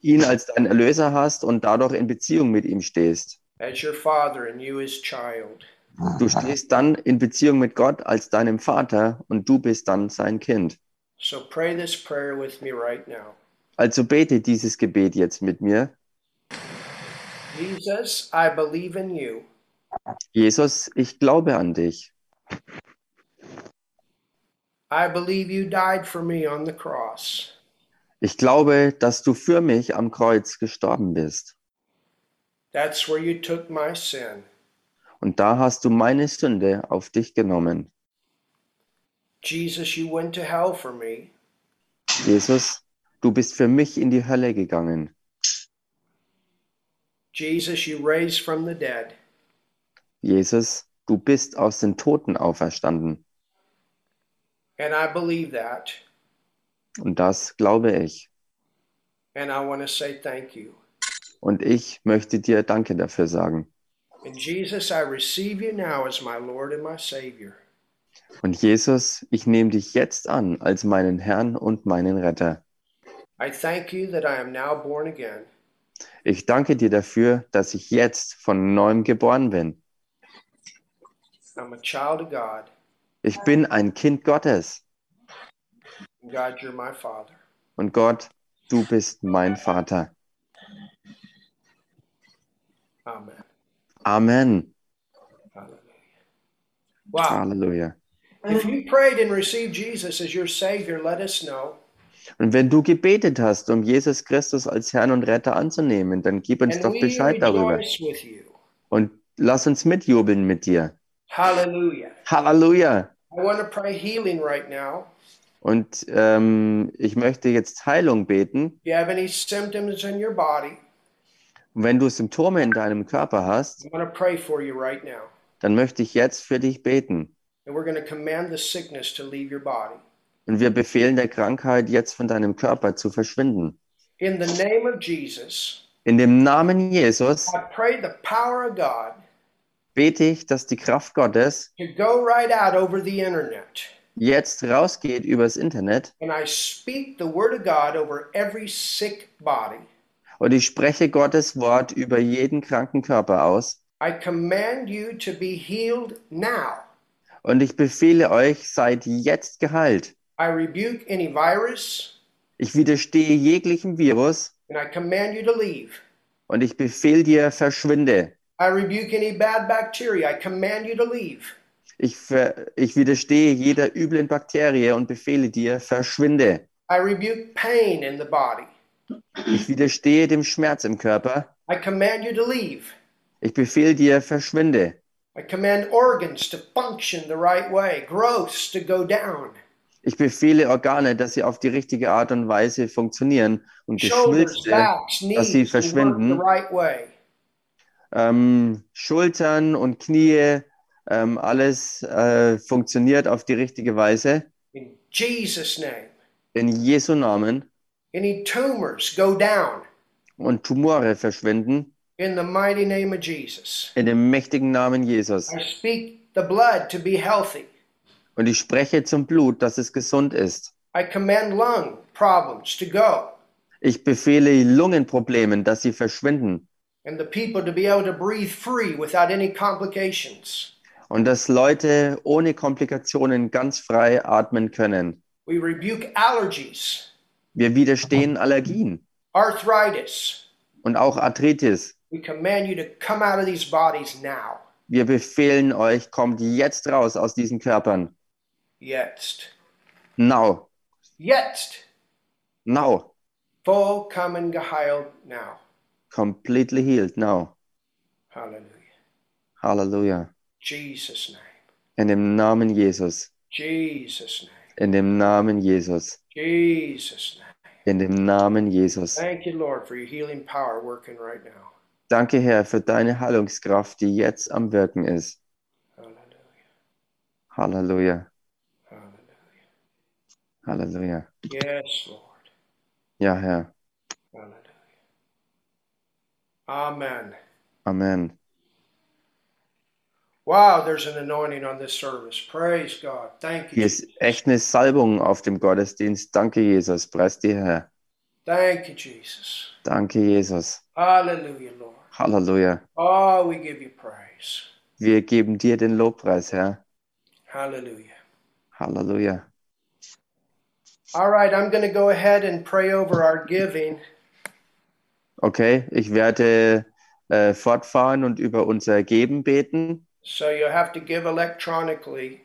Speaker 5: ihn als dein Erlöser hast und dadurch in Beziehung mit ihm stehst.
Speaker 1: as your father and you his child.
Speaker 5: Du stehst dann in Beziehung mit Gott als deinem Vater und du bist dann sein Kind.
Speaker 1: So pray this prayer with me right now.
Speaker 5: Also bete dieses Gebet jetzt mit mir.
Speaker 1: Jesus, I believe in you.
Speaker 5: Jesus, ich glaube an dich.
Speaker 1: I believe you died for me on the cross.
Speaker 5: Ich glaube, dass du für mich am Kreuz gestorben bist.
Speaker 1: That's where you took my sin.
Speaker 5: Und da hast du meine Sünde auf dich genommen.
Speaker 1: Jesus, you went to hell for me.
Speaker 5: Jesus, du bist für mich in die Hölle gegangen.
Speaker 1: Jesus, you raised from the dead.
Speaker 5: Jesus, du bist aus den Toten auferstanden.
Speaker 1: And I believe that.
Speaker 5: Und das glaube ich.
Speaker 1: And I want to say thank you.
Speaker 5: Und ich möchte dir Danke dafür sagen.
Speaker 1: And Jesus, I receive you now as my Lord and my Savior.
Speaker 5: Und Jesus, ich nehme dich jetzt an als meinen Herrn und meinen Retter.
Speaker 1: I thank you that I am now born again.
Speaker 5: Ich danke dir dafür, dass ich jetzt von neuem geboren bin.
Speaker 1: I'm a child of God.
Speaker 5: Ich bin ein Kind Gottes.
Speaker 1: God, you're my Father.
Speaker 5: Und Gott, du bist mein Vater.
Speaker 1: Amen.
Speaker 5: Amen.
Speaker 1: Hallelujah. Wow.
Speaker 5: Halleluja.
Speaker 1: If you prayed and received Jesus as your Savior, let us know.
Speaker 5: Und wenn du gebetet hast, um Jesus Christus als Herrn und Retter anzunehmen, dann gib uns
Speaker 1: and
Speaker 5: doch
Speaker 1: we
Speaker 5: Bescheid darüber.
Speaker 1: rejoice with you.
Speaker 5: Und lass uns mitjubeln mit dir.
Speaker 1: Hallelujah.
Speaker 5: Halleluja.
Speaker 1: I want to pray healing right now.
Speaker 5: Und ähm, ich möchte jetzt Heilung
Speaker 1: If
Speaker 5: beten.
Speaker 1: you have any symptoms in your body,
Speaker 5: Und wenn du Symptome in deinem Körper hast,
Speaker 1: I'm going to pray for you right now.
Speaker 5: dann möchte ich jetzt für dich beten.
Speaker 1: And we're going to command the sickness to leave your body.
Speaker 5: Und wir befehlen der Krankheit jetzt von deinem Körper zu verschwinden.
Speaker 1: In the name of Jesus,
Speaker 5: In dem Namen Jesus
Speaker 1: I pray the power of God
Speaker 5: bete ich, dass die Kraft Gottes
Speaker 1: to go right out over the internet.
Speaker 5: jetzt rausgeht übers Internet
Speaker 1: And I speak the word of God over every sick body.
Speaker 5: und ich spreche Gottes Wort über jeden kranken Körper aus
Speaker 1: I command you to be healed now.
Speaker 5: und ich befehle euch, seid jetzt geheilt.
Speaker 1: I rebuke any virus
Speaker 5: Ich widerstehe jeglichem Virus
Speaker 1: and I command you to leave.
Speaker 5: und ich befehle dir, verschwinde.
Speaker 1: I rebuke any bad bacteria. I command you to leave.
Speaker 5: Ich, ver ich widerstehe jeder üblen Bakterie und befehle dir, verschwinde.
Speaker 1: I rebuke pain in the body.
Speaker 5: Ich widerstehe dem Schmerz im Körper.
Speaker 1: I command you to leave.
Speaker 5: Ich befehle dir, verschwinde.
Speaker 1: I command organs to function the right way, growths to go down,
Speaker 5: Ich befehle Organe, dass sie auf die richtige Art und Weise funktionieren und
Speaker 1: shoulders,
Speaker 5: Geschwülste,
Speaker 1: backs,
Speaker 5: dass
Speaker 1: knees
Speaker 5: sie
Speaker 1: to work the
Speaker 5: verschwinden.
Speaker 1: right way.
Speaker 5: ähm, Schultern und Knie, ähm, alles äh, funktioniert auf die richtige Weise.
Speaker 1: In Jesus' name.
Speaker 5: In Jesu Namen
Speaker 1: Any tumors go down
Speaker 5: und Tumore verschwinden
Speaker 1: in the mighty name of Jesus.
Speaker 5: in dem mächtigen Namen Jesus.
Speaker 1: I speak the blood to be healthy.
Speaker 5: Und ich spreche zum Blut, dass es gesund ist.
Speaker 1: I command lung problems to go
Speaker 5: Ich befehle Lungenproblemen, dass sie verschwinden
Speaker 1: and the people to be able to breathe free without any complications.
Speaker 5: und dass Leute ohne Komplikationen ganz frei atmen können.
Speaker 1: We rebuke allergies,
Speaker 5: Wir widerstehen Allergien
Speaker 1: arthritis.
Speaker 5: und auch Arthritis.
Speaker 1: We command you to come out of these bodies now.
Speaker 5: Wir befehlen euch, kommt jetzt raus aus diesen Körpern.
Speaker 1: Jetzt.
Speaker 5: Now,
Speaker 1: Jetzt.
Speaker 5: now,
Speaker 1: Vollkommen geheilt now.
Speaker 5: completely healed now.
Speaker 1: Hallelujah.
Speaker 5: Halleluja.
Speaker 1: Jesus' name.
Speaker 5: In dem Namen Jesus,
Speaker 1: Jesus' name.
Speaker 5: in dem Namen Jesus,
Speaker 1: Jesus' name.
Speaker 5: in dem Namen Jesus.
Speaker 1: Thank you, Lord, for your healing power working right now.
Speaker 5: Danke, Herr, für deine Heilungskraft, die jetzt am Wirken ist.
Speaker 1: Hallelujah.
Speaker 5: Halleluja,
Speaker 1: Hallelujah.
Speaker 5: Halleluja.
Speaker 1: Yes, Lord.
Speaker 5: Ja, Herr.
Speaker 1: Hallelujah. Amen.
Speaker 5: Amen.
Speaker 1: Wow, there's an anointing on this service. Praise God. Thank you.
Speaker 5: Hier ist echt eine Salbung auf dem Gottesdienst. Danke, Jesus. Preis dir, Herr.
Speaker 1: Thank you, Jesus.
Speaker 5: Danke, Jesus.
Speaker 1: Hallelujah, Lord.
Speaker 5: Halleluja.
Speaker 1: Oh, we give you praise.
Speaker 5: Wir geben dir den Lobpreis, Herr.
Speaker 1: Hallelujah.
Speaker 5: Halleluja.
Speaker 1: All right, I'm going to go ahead and pray over our giving.
Speaker 5: Okay, ich werde äh, fortfahren und über unser Geben beten.
Speaker 1: So you have to give electronically,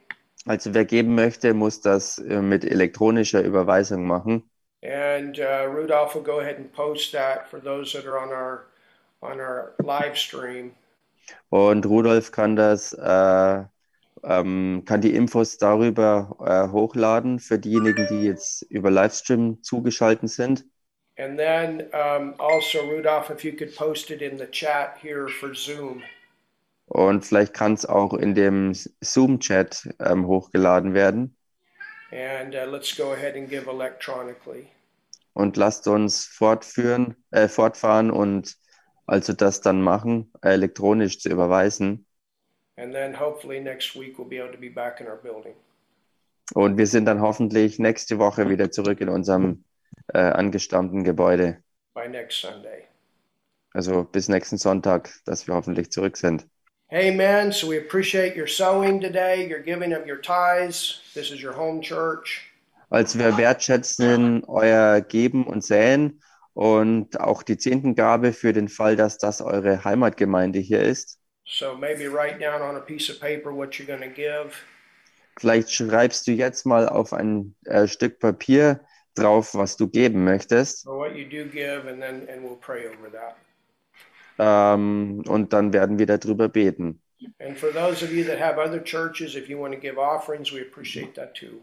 Speaker 5: Also wer geben möchte, muss das äh, mit elektronischer Überweisung machen.
Speaker 1: and uh, Rudolph will go ahead and post that for those that are on our on our live stream.
Speaker 5: Und Rudolf kann das, äh, ähm, kann die Infos darüber äh, hochladen für diejenigen, die jetzt über Livestream zugeschaltet sind.
Speaker 1: And then um, also Rudolph, if you could post it in the chat here for Zoom.
Speaker 5: Und vielleicht kann es auch in dem Zoom-Chat ähm, hochgeladen werden.
Speaker 1: And uh, let's go ahead and give electronically.
Speaker 5: Und lasst uns fortführen, äh, fortfahren und also das dann machen, äh, elektronisch zu überweisen.
Speaker 1: And then hopefully next week we'll be able to be back in our building.
Speaker 5: Und wir sind dann hoffentlich nächste Woche wieder zurück in unserem äh, angestammten Gebäude.
Speaker 1: by next Sunday.
Speaker 5: Also bis nächsten Sonntag, dass wir hoffentlich zurück sind.
Speaker 1: Amen. So we appreciate your sowing today, your giving of your tithes. This is your home church.
Speaker 5: Also wir wertschätzen euer Geben und Säen und auch die Zehntengabe für den Fall, dass das eure Heimatgemeinde hier ist.
Speaker 1: So maybe write down on a piece of paper what you're going to give.
Speaker 5: Vielleicht schreibst du jetzt mal auf ein äh, Stück Papier drauf, was du geben möchtest.
Speaker 1: or what you do give, and then and we'll pray over that.
Speaker 5: Ähm, und dann werden wir darüber beten.
Speaker 1: And for those of you that have other churches, if you want to give offerings, we appreciate that too.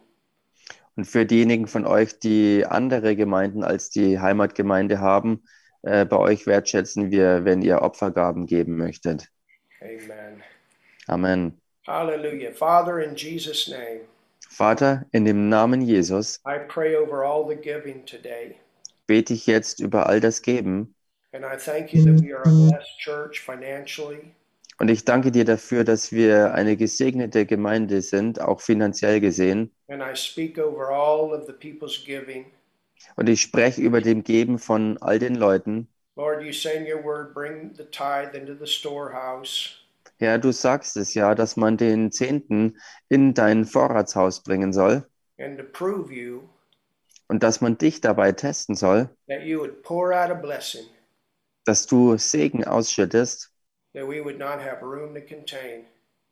Speaker 5: Und für diejenigen von euch, die andere Gemeinden als die Heimatgemeinde haben, äh, bei euch wertschätzen wir, wenn ihr Opfergaben geben möchtet.
Speaker 1: Amen.
Speaker 5: Amen.
Speaker 1: Hallelujah. Father, in Jesus' name,
Speaker 5: Vater, in dem Namen Jesus
Speaker 1: I pray over all the giving today.
Speaker 5: bete ich jetzt über all das Geben
Speaker 1: And I thank you that we are a blessed church financially.
Speaker 5: und ich danke dir dafür, dass wir eine gesegnete Gemeinde sind, auch finanziell gesehen.
Speaker 1: And I speak over all of the people's giving.
Speaker 5: Und ich spreche über dem Geben von all den Leuten.
Speaker 1: Lord, you say in your word, bring the tithe into the storehouse,
Speaker 5: Herr, du sagst es ja, dass man den Zehnten in dein Vorratshaus bringen soll
Speaker 1: and to prove you
Speaker 5: und dass man dich dabei testen soll,
Speaker 1: that you would pour out a blessing
Speaker 5: dass du Segen ausschüttest,
Speaker 1: that we would not have room to contain.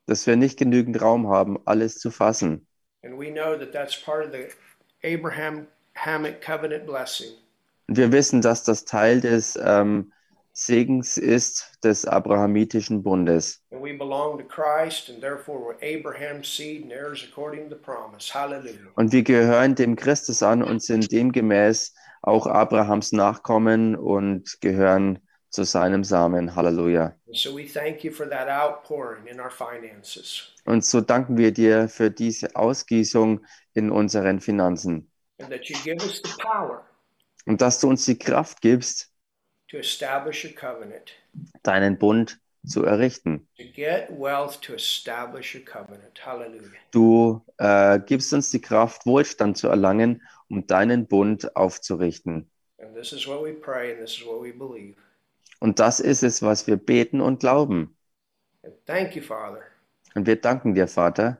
Speaker 5: dass wir nicht genügend Raum haben, alles zu fassen.
Speaker 1: And we know that that's part of the Abrahamic covenant blessing.
Speaker 5: Und wir wissen, dass das Teil des ähm, Segens ist des abrahamitischen Bundes.
Speaker 1: And we belong to Christ, and therefore we're Abraham's seed and heirs according to the promise. Hallelujah.
Speaker 5: Und wir gehören dem Christus an und sind demgemäß auch Abrahams Nachkommen und gehören zu seinem Samen. Halleluja.
Speaker 1: And so we thank you for that outpouring in our finances.
Speaker 5: Und so danken wir dir für diese Ausgießung in unseren Finanzen
Speaker 1: and that you give us the power
Speaker 5: und dass du uns die Kraft gibst,
Speaker 1: to establish a covenant,
Speaker 5: deinen Bund zu errichten.
Speaker 1: to get wealth to establish a covenant. Hallelujah.
Speaker 5: Du äh, gibst uns die Kraft, Wohlstand zu erlangen, um deinen Bund aufzurichten.
Speaker 1: And this is what we pray, and this is what we believe.
Speaker 5: Und das ist es, was wir beten und glauben.
Speaker 1: And thank you, Father,
Speaker 5: Und wir danken dir, Vater,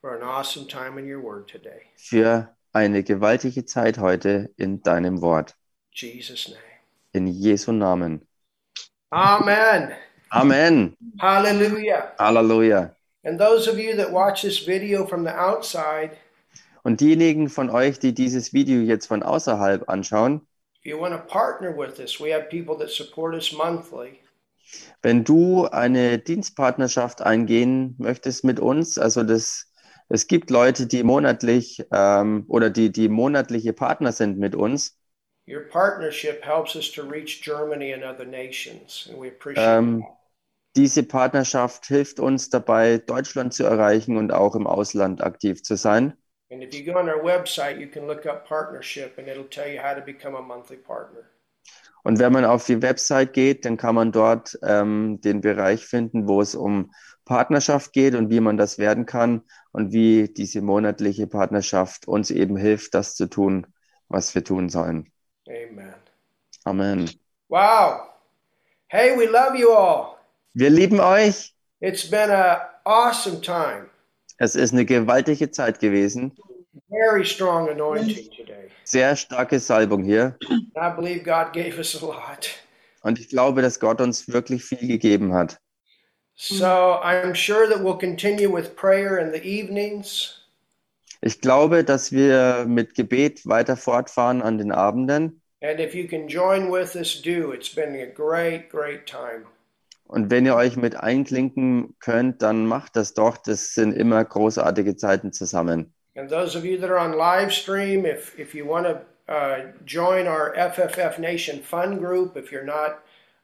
Speaker 1: for an awesome time in your word today.
Speaker 5: für eine gewaltige Zeit heute in deinem Wort.
Speaker 1: In Jesus' name.
Speaker 5: In Jesu Namen.
Speaker 1: Amen.
Speaker 5: Amen.
Speaker 1: Hallelujah.
Speaker 5: Halleluja.
Speaker 1: And those of you that watch this video from the outside,
Speaker 5: Und diejenigen von euch, die dieses Video jetzt von außerhalb anschauen,
Speaker 1: if you want to partner with us, we have people that support us monthly.
Speaker 5: wenn du eine Dienstpartnerschaft eingehen möchtest mit uns, also das, es gibt Leute, die monatlich ähm, oder die, die monatliche Partner sind mit uns,
Speaker 1: Your partnership helps us to reach Germany and other nations, and we appreciate
Speaker 5: Ähm, diese Partnerschaft hilft uns dabei, Deutschland zu erreichen und auch im Ausland aktiv zu sein.
Speaker 1: And if you go on our website, you can look up partnership and it'll tell you how to become a monthly partner.
Speaker 5: Und wenn man auf die Website geht, dann kann man dort ähm, den Bereich finden, wo es um Partnerschaft geht und wie man das werden kann und wie diese monatliche Partnerschaft uns eben hilft, das zu tun, was wir tun sollen.
Speaker 1: Amen.
Speaker 5: Amen.
Speaker 1: Wow. Hey, we love you all.
Speaker 5: Wir lieben euch.
Speaker 1: It's been an awesome time.
Speaker 5: Es ist eine gewaltige Zeit gewesen.
Speaker 1: Very strong anointing today.
Speaker 5: Sehr starke Salbung hier.
Speaker 1: I believe God gave us a lot.
Speaker 5: Und ich glaube, dass Gott uns wirklich viel gegeben hat.
Speaker 1: So I'm sure that we'll continue with prayer in the evenings.
Speaker 5: Ich glaube, dass wir mit Gebet weiter fortfahren an den Abenden.
Speaker 1: And if you can join with us, do. It's been a great, great time.
Speaker 5: Und wenn ihr euch mit einklinken könnt, dann macht das doch. Das sind immer großartige Zeiten zusammen.
Speaker 1: And those of you that are on live stream, if, if you want to uh, join our FFF Nation Fun group, if you're not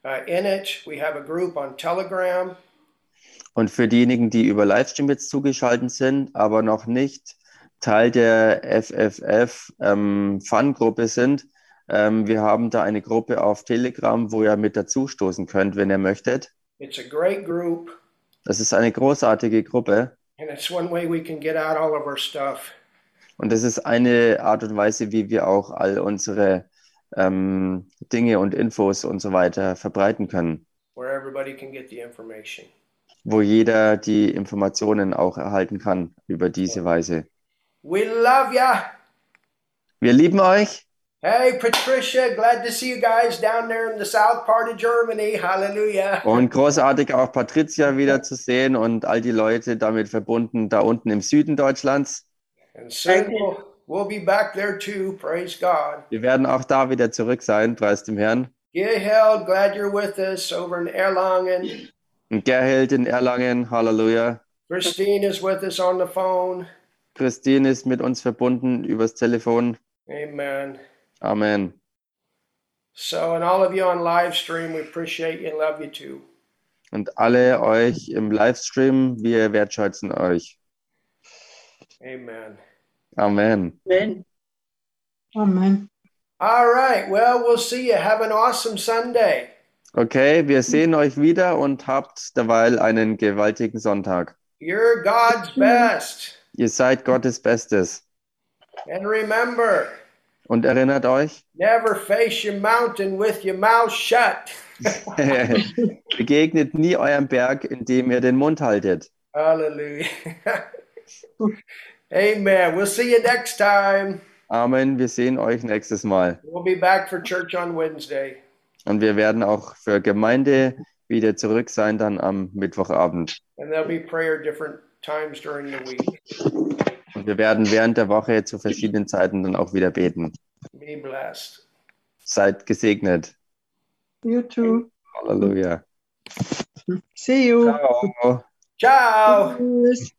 Speaker 1: uh, in it, we have a group on Telegram.
Speaker 5: Und für diejenigen, die über Livestream jetzt zugeschaltet sind, aber noch nicht Teil der FFF ähm, Fun-Gruppe sind, ähm, wir haben da eine Gruppe auf Telegram, wo ihr mit dazustoßen könnt, wenn ihr möchtet.
Speaker 1: It's a great group,
Speaker 5: Das ist eine großartige Gruppe
Speaker 1: and it's one way we can get out all of our stuff.
Speaker 5: und das ist eine Art und Weise, wie wir auch all unsere ähm, Dinge und Infos und so weiter verbreiten können,
Speaker 1: where everybody can get the information.
Speaker 5: wo jeder die Informationen auch erhalten kann über diese Weise.
Speaker 1: We love ya.
Speaker 5: Wir lieben euch.
Speaker 1: Hey, Patricia, glad to see you guys down there in the south part of Germany. Hallelujah.
Speaker 5: Und großartig auch Patricia wieder zu sehen und all die Leute damit verbunden da unten im Süden Deutschlands.
Speaker 1: And soon we'll, we'll be back there too. Praise God.
Speaker 5: Wir werden auch da wieder zurück sein, preis dem Herrn.
Speaker 1: Gehel, glad you're with us over in Erlangen.
Speaker 5: Und Gerhild in Erlangen, Halleluja.
Speaker 1: Christine is with us on the phone.
Speaker 5: Christine ist mit uns verbunden übers Telefon.
Speaker 1: Amen.
Speaker 5: Amen.
Speaker 1: So, and all of you on live stream, we appreciate you and love you too.
Speaker 5: Und alle euch im Livestream, wir wertschätzen euch.
Speaker 1: Amen.
Speaker 5: Amen.
Speaker 4: Amen.
Speaker 6: Amen.
Speaker 1: All right. Well, we'll see you. Have an awesome Sunday.
Speaker 5: Okay, wir sehen euch wieder und habt derweil einen gewaltigen Sonntag.
Speaker 1: You're God's best.
Speaker 5: Ihr seid Gottes Bestes.
Speaker 1: And remember,
Speaker 5: Und erinnert euch,
Speaker 1: Never face your mountain with your mouth shut.
Speaker 5: Begegnet nie eurem Berg, indem ihr den Mund haltet.
Speaker 1: Hallelujah. Amen. We'll see you next time.
Speaker 5: Amen. Wir sehen euch nächstes Mal.
Speaker 1: We'll be back for church on Wednesday.
Speaker 5: Und wir werden auch für Gemeinde wieder zurück sein, dann am Mittwochabend.
Speaker 1: And there'll be prayer different times during the week.
Speaker 5: Und wir werden während der Woche zu verschiedenen Zeiten dann auch wieder beten.
Speaker 1: Be blessed.
Speaker 5: Seid gesegnet.
Speaker 4: You too.
Speaker 5: Halleluja.
Speaker 4: See you.
Speaker 5: Ciao.
Speaker 1: Ciao.
Speaker 4: Tschüss.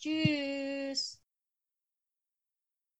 Speaker 10: Tschüss.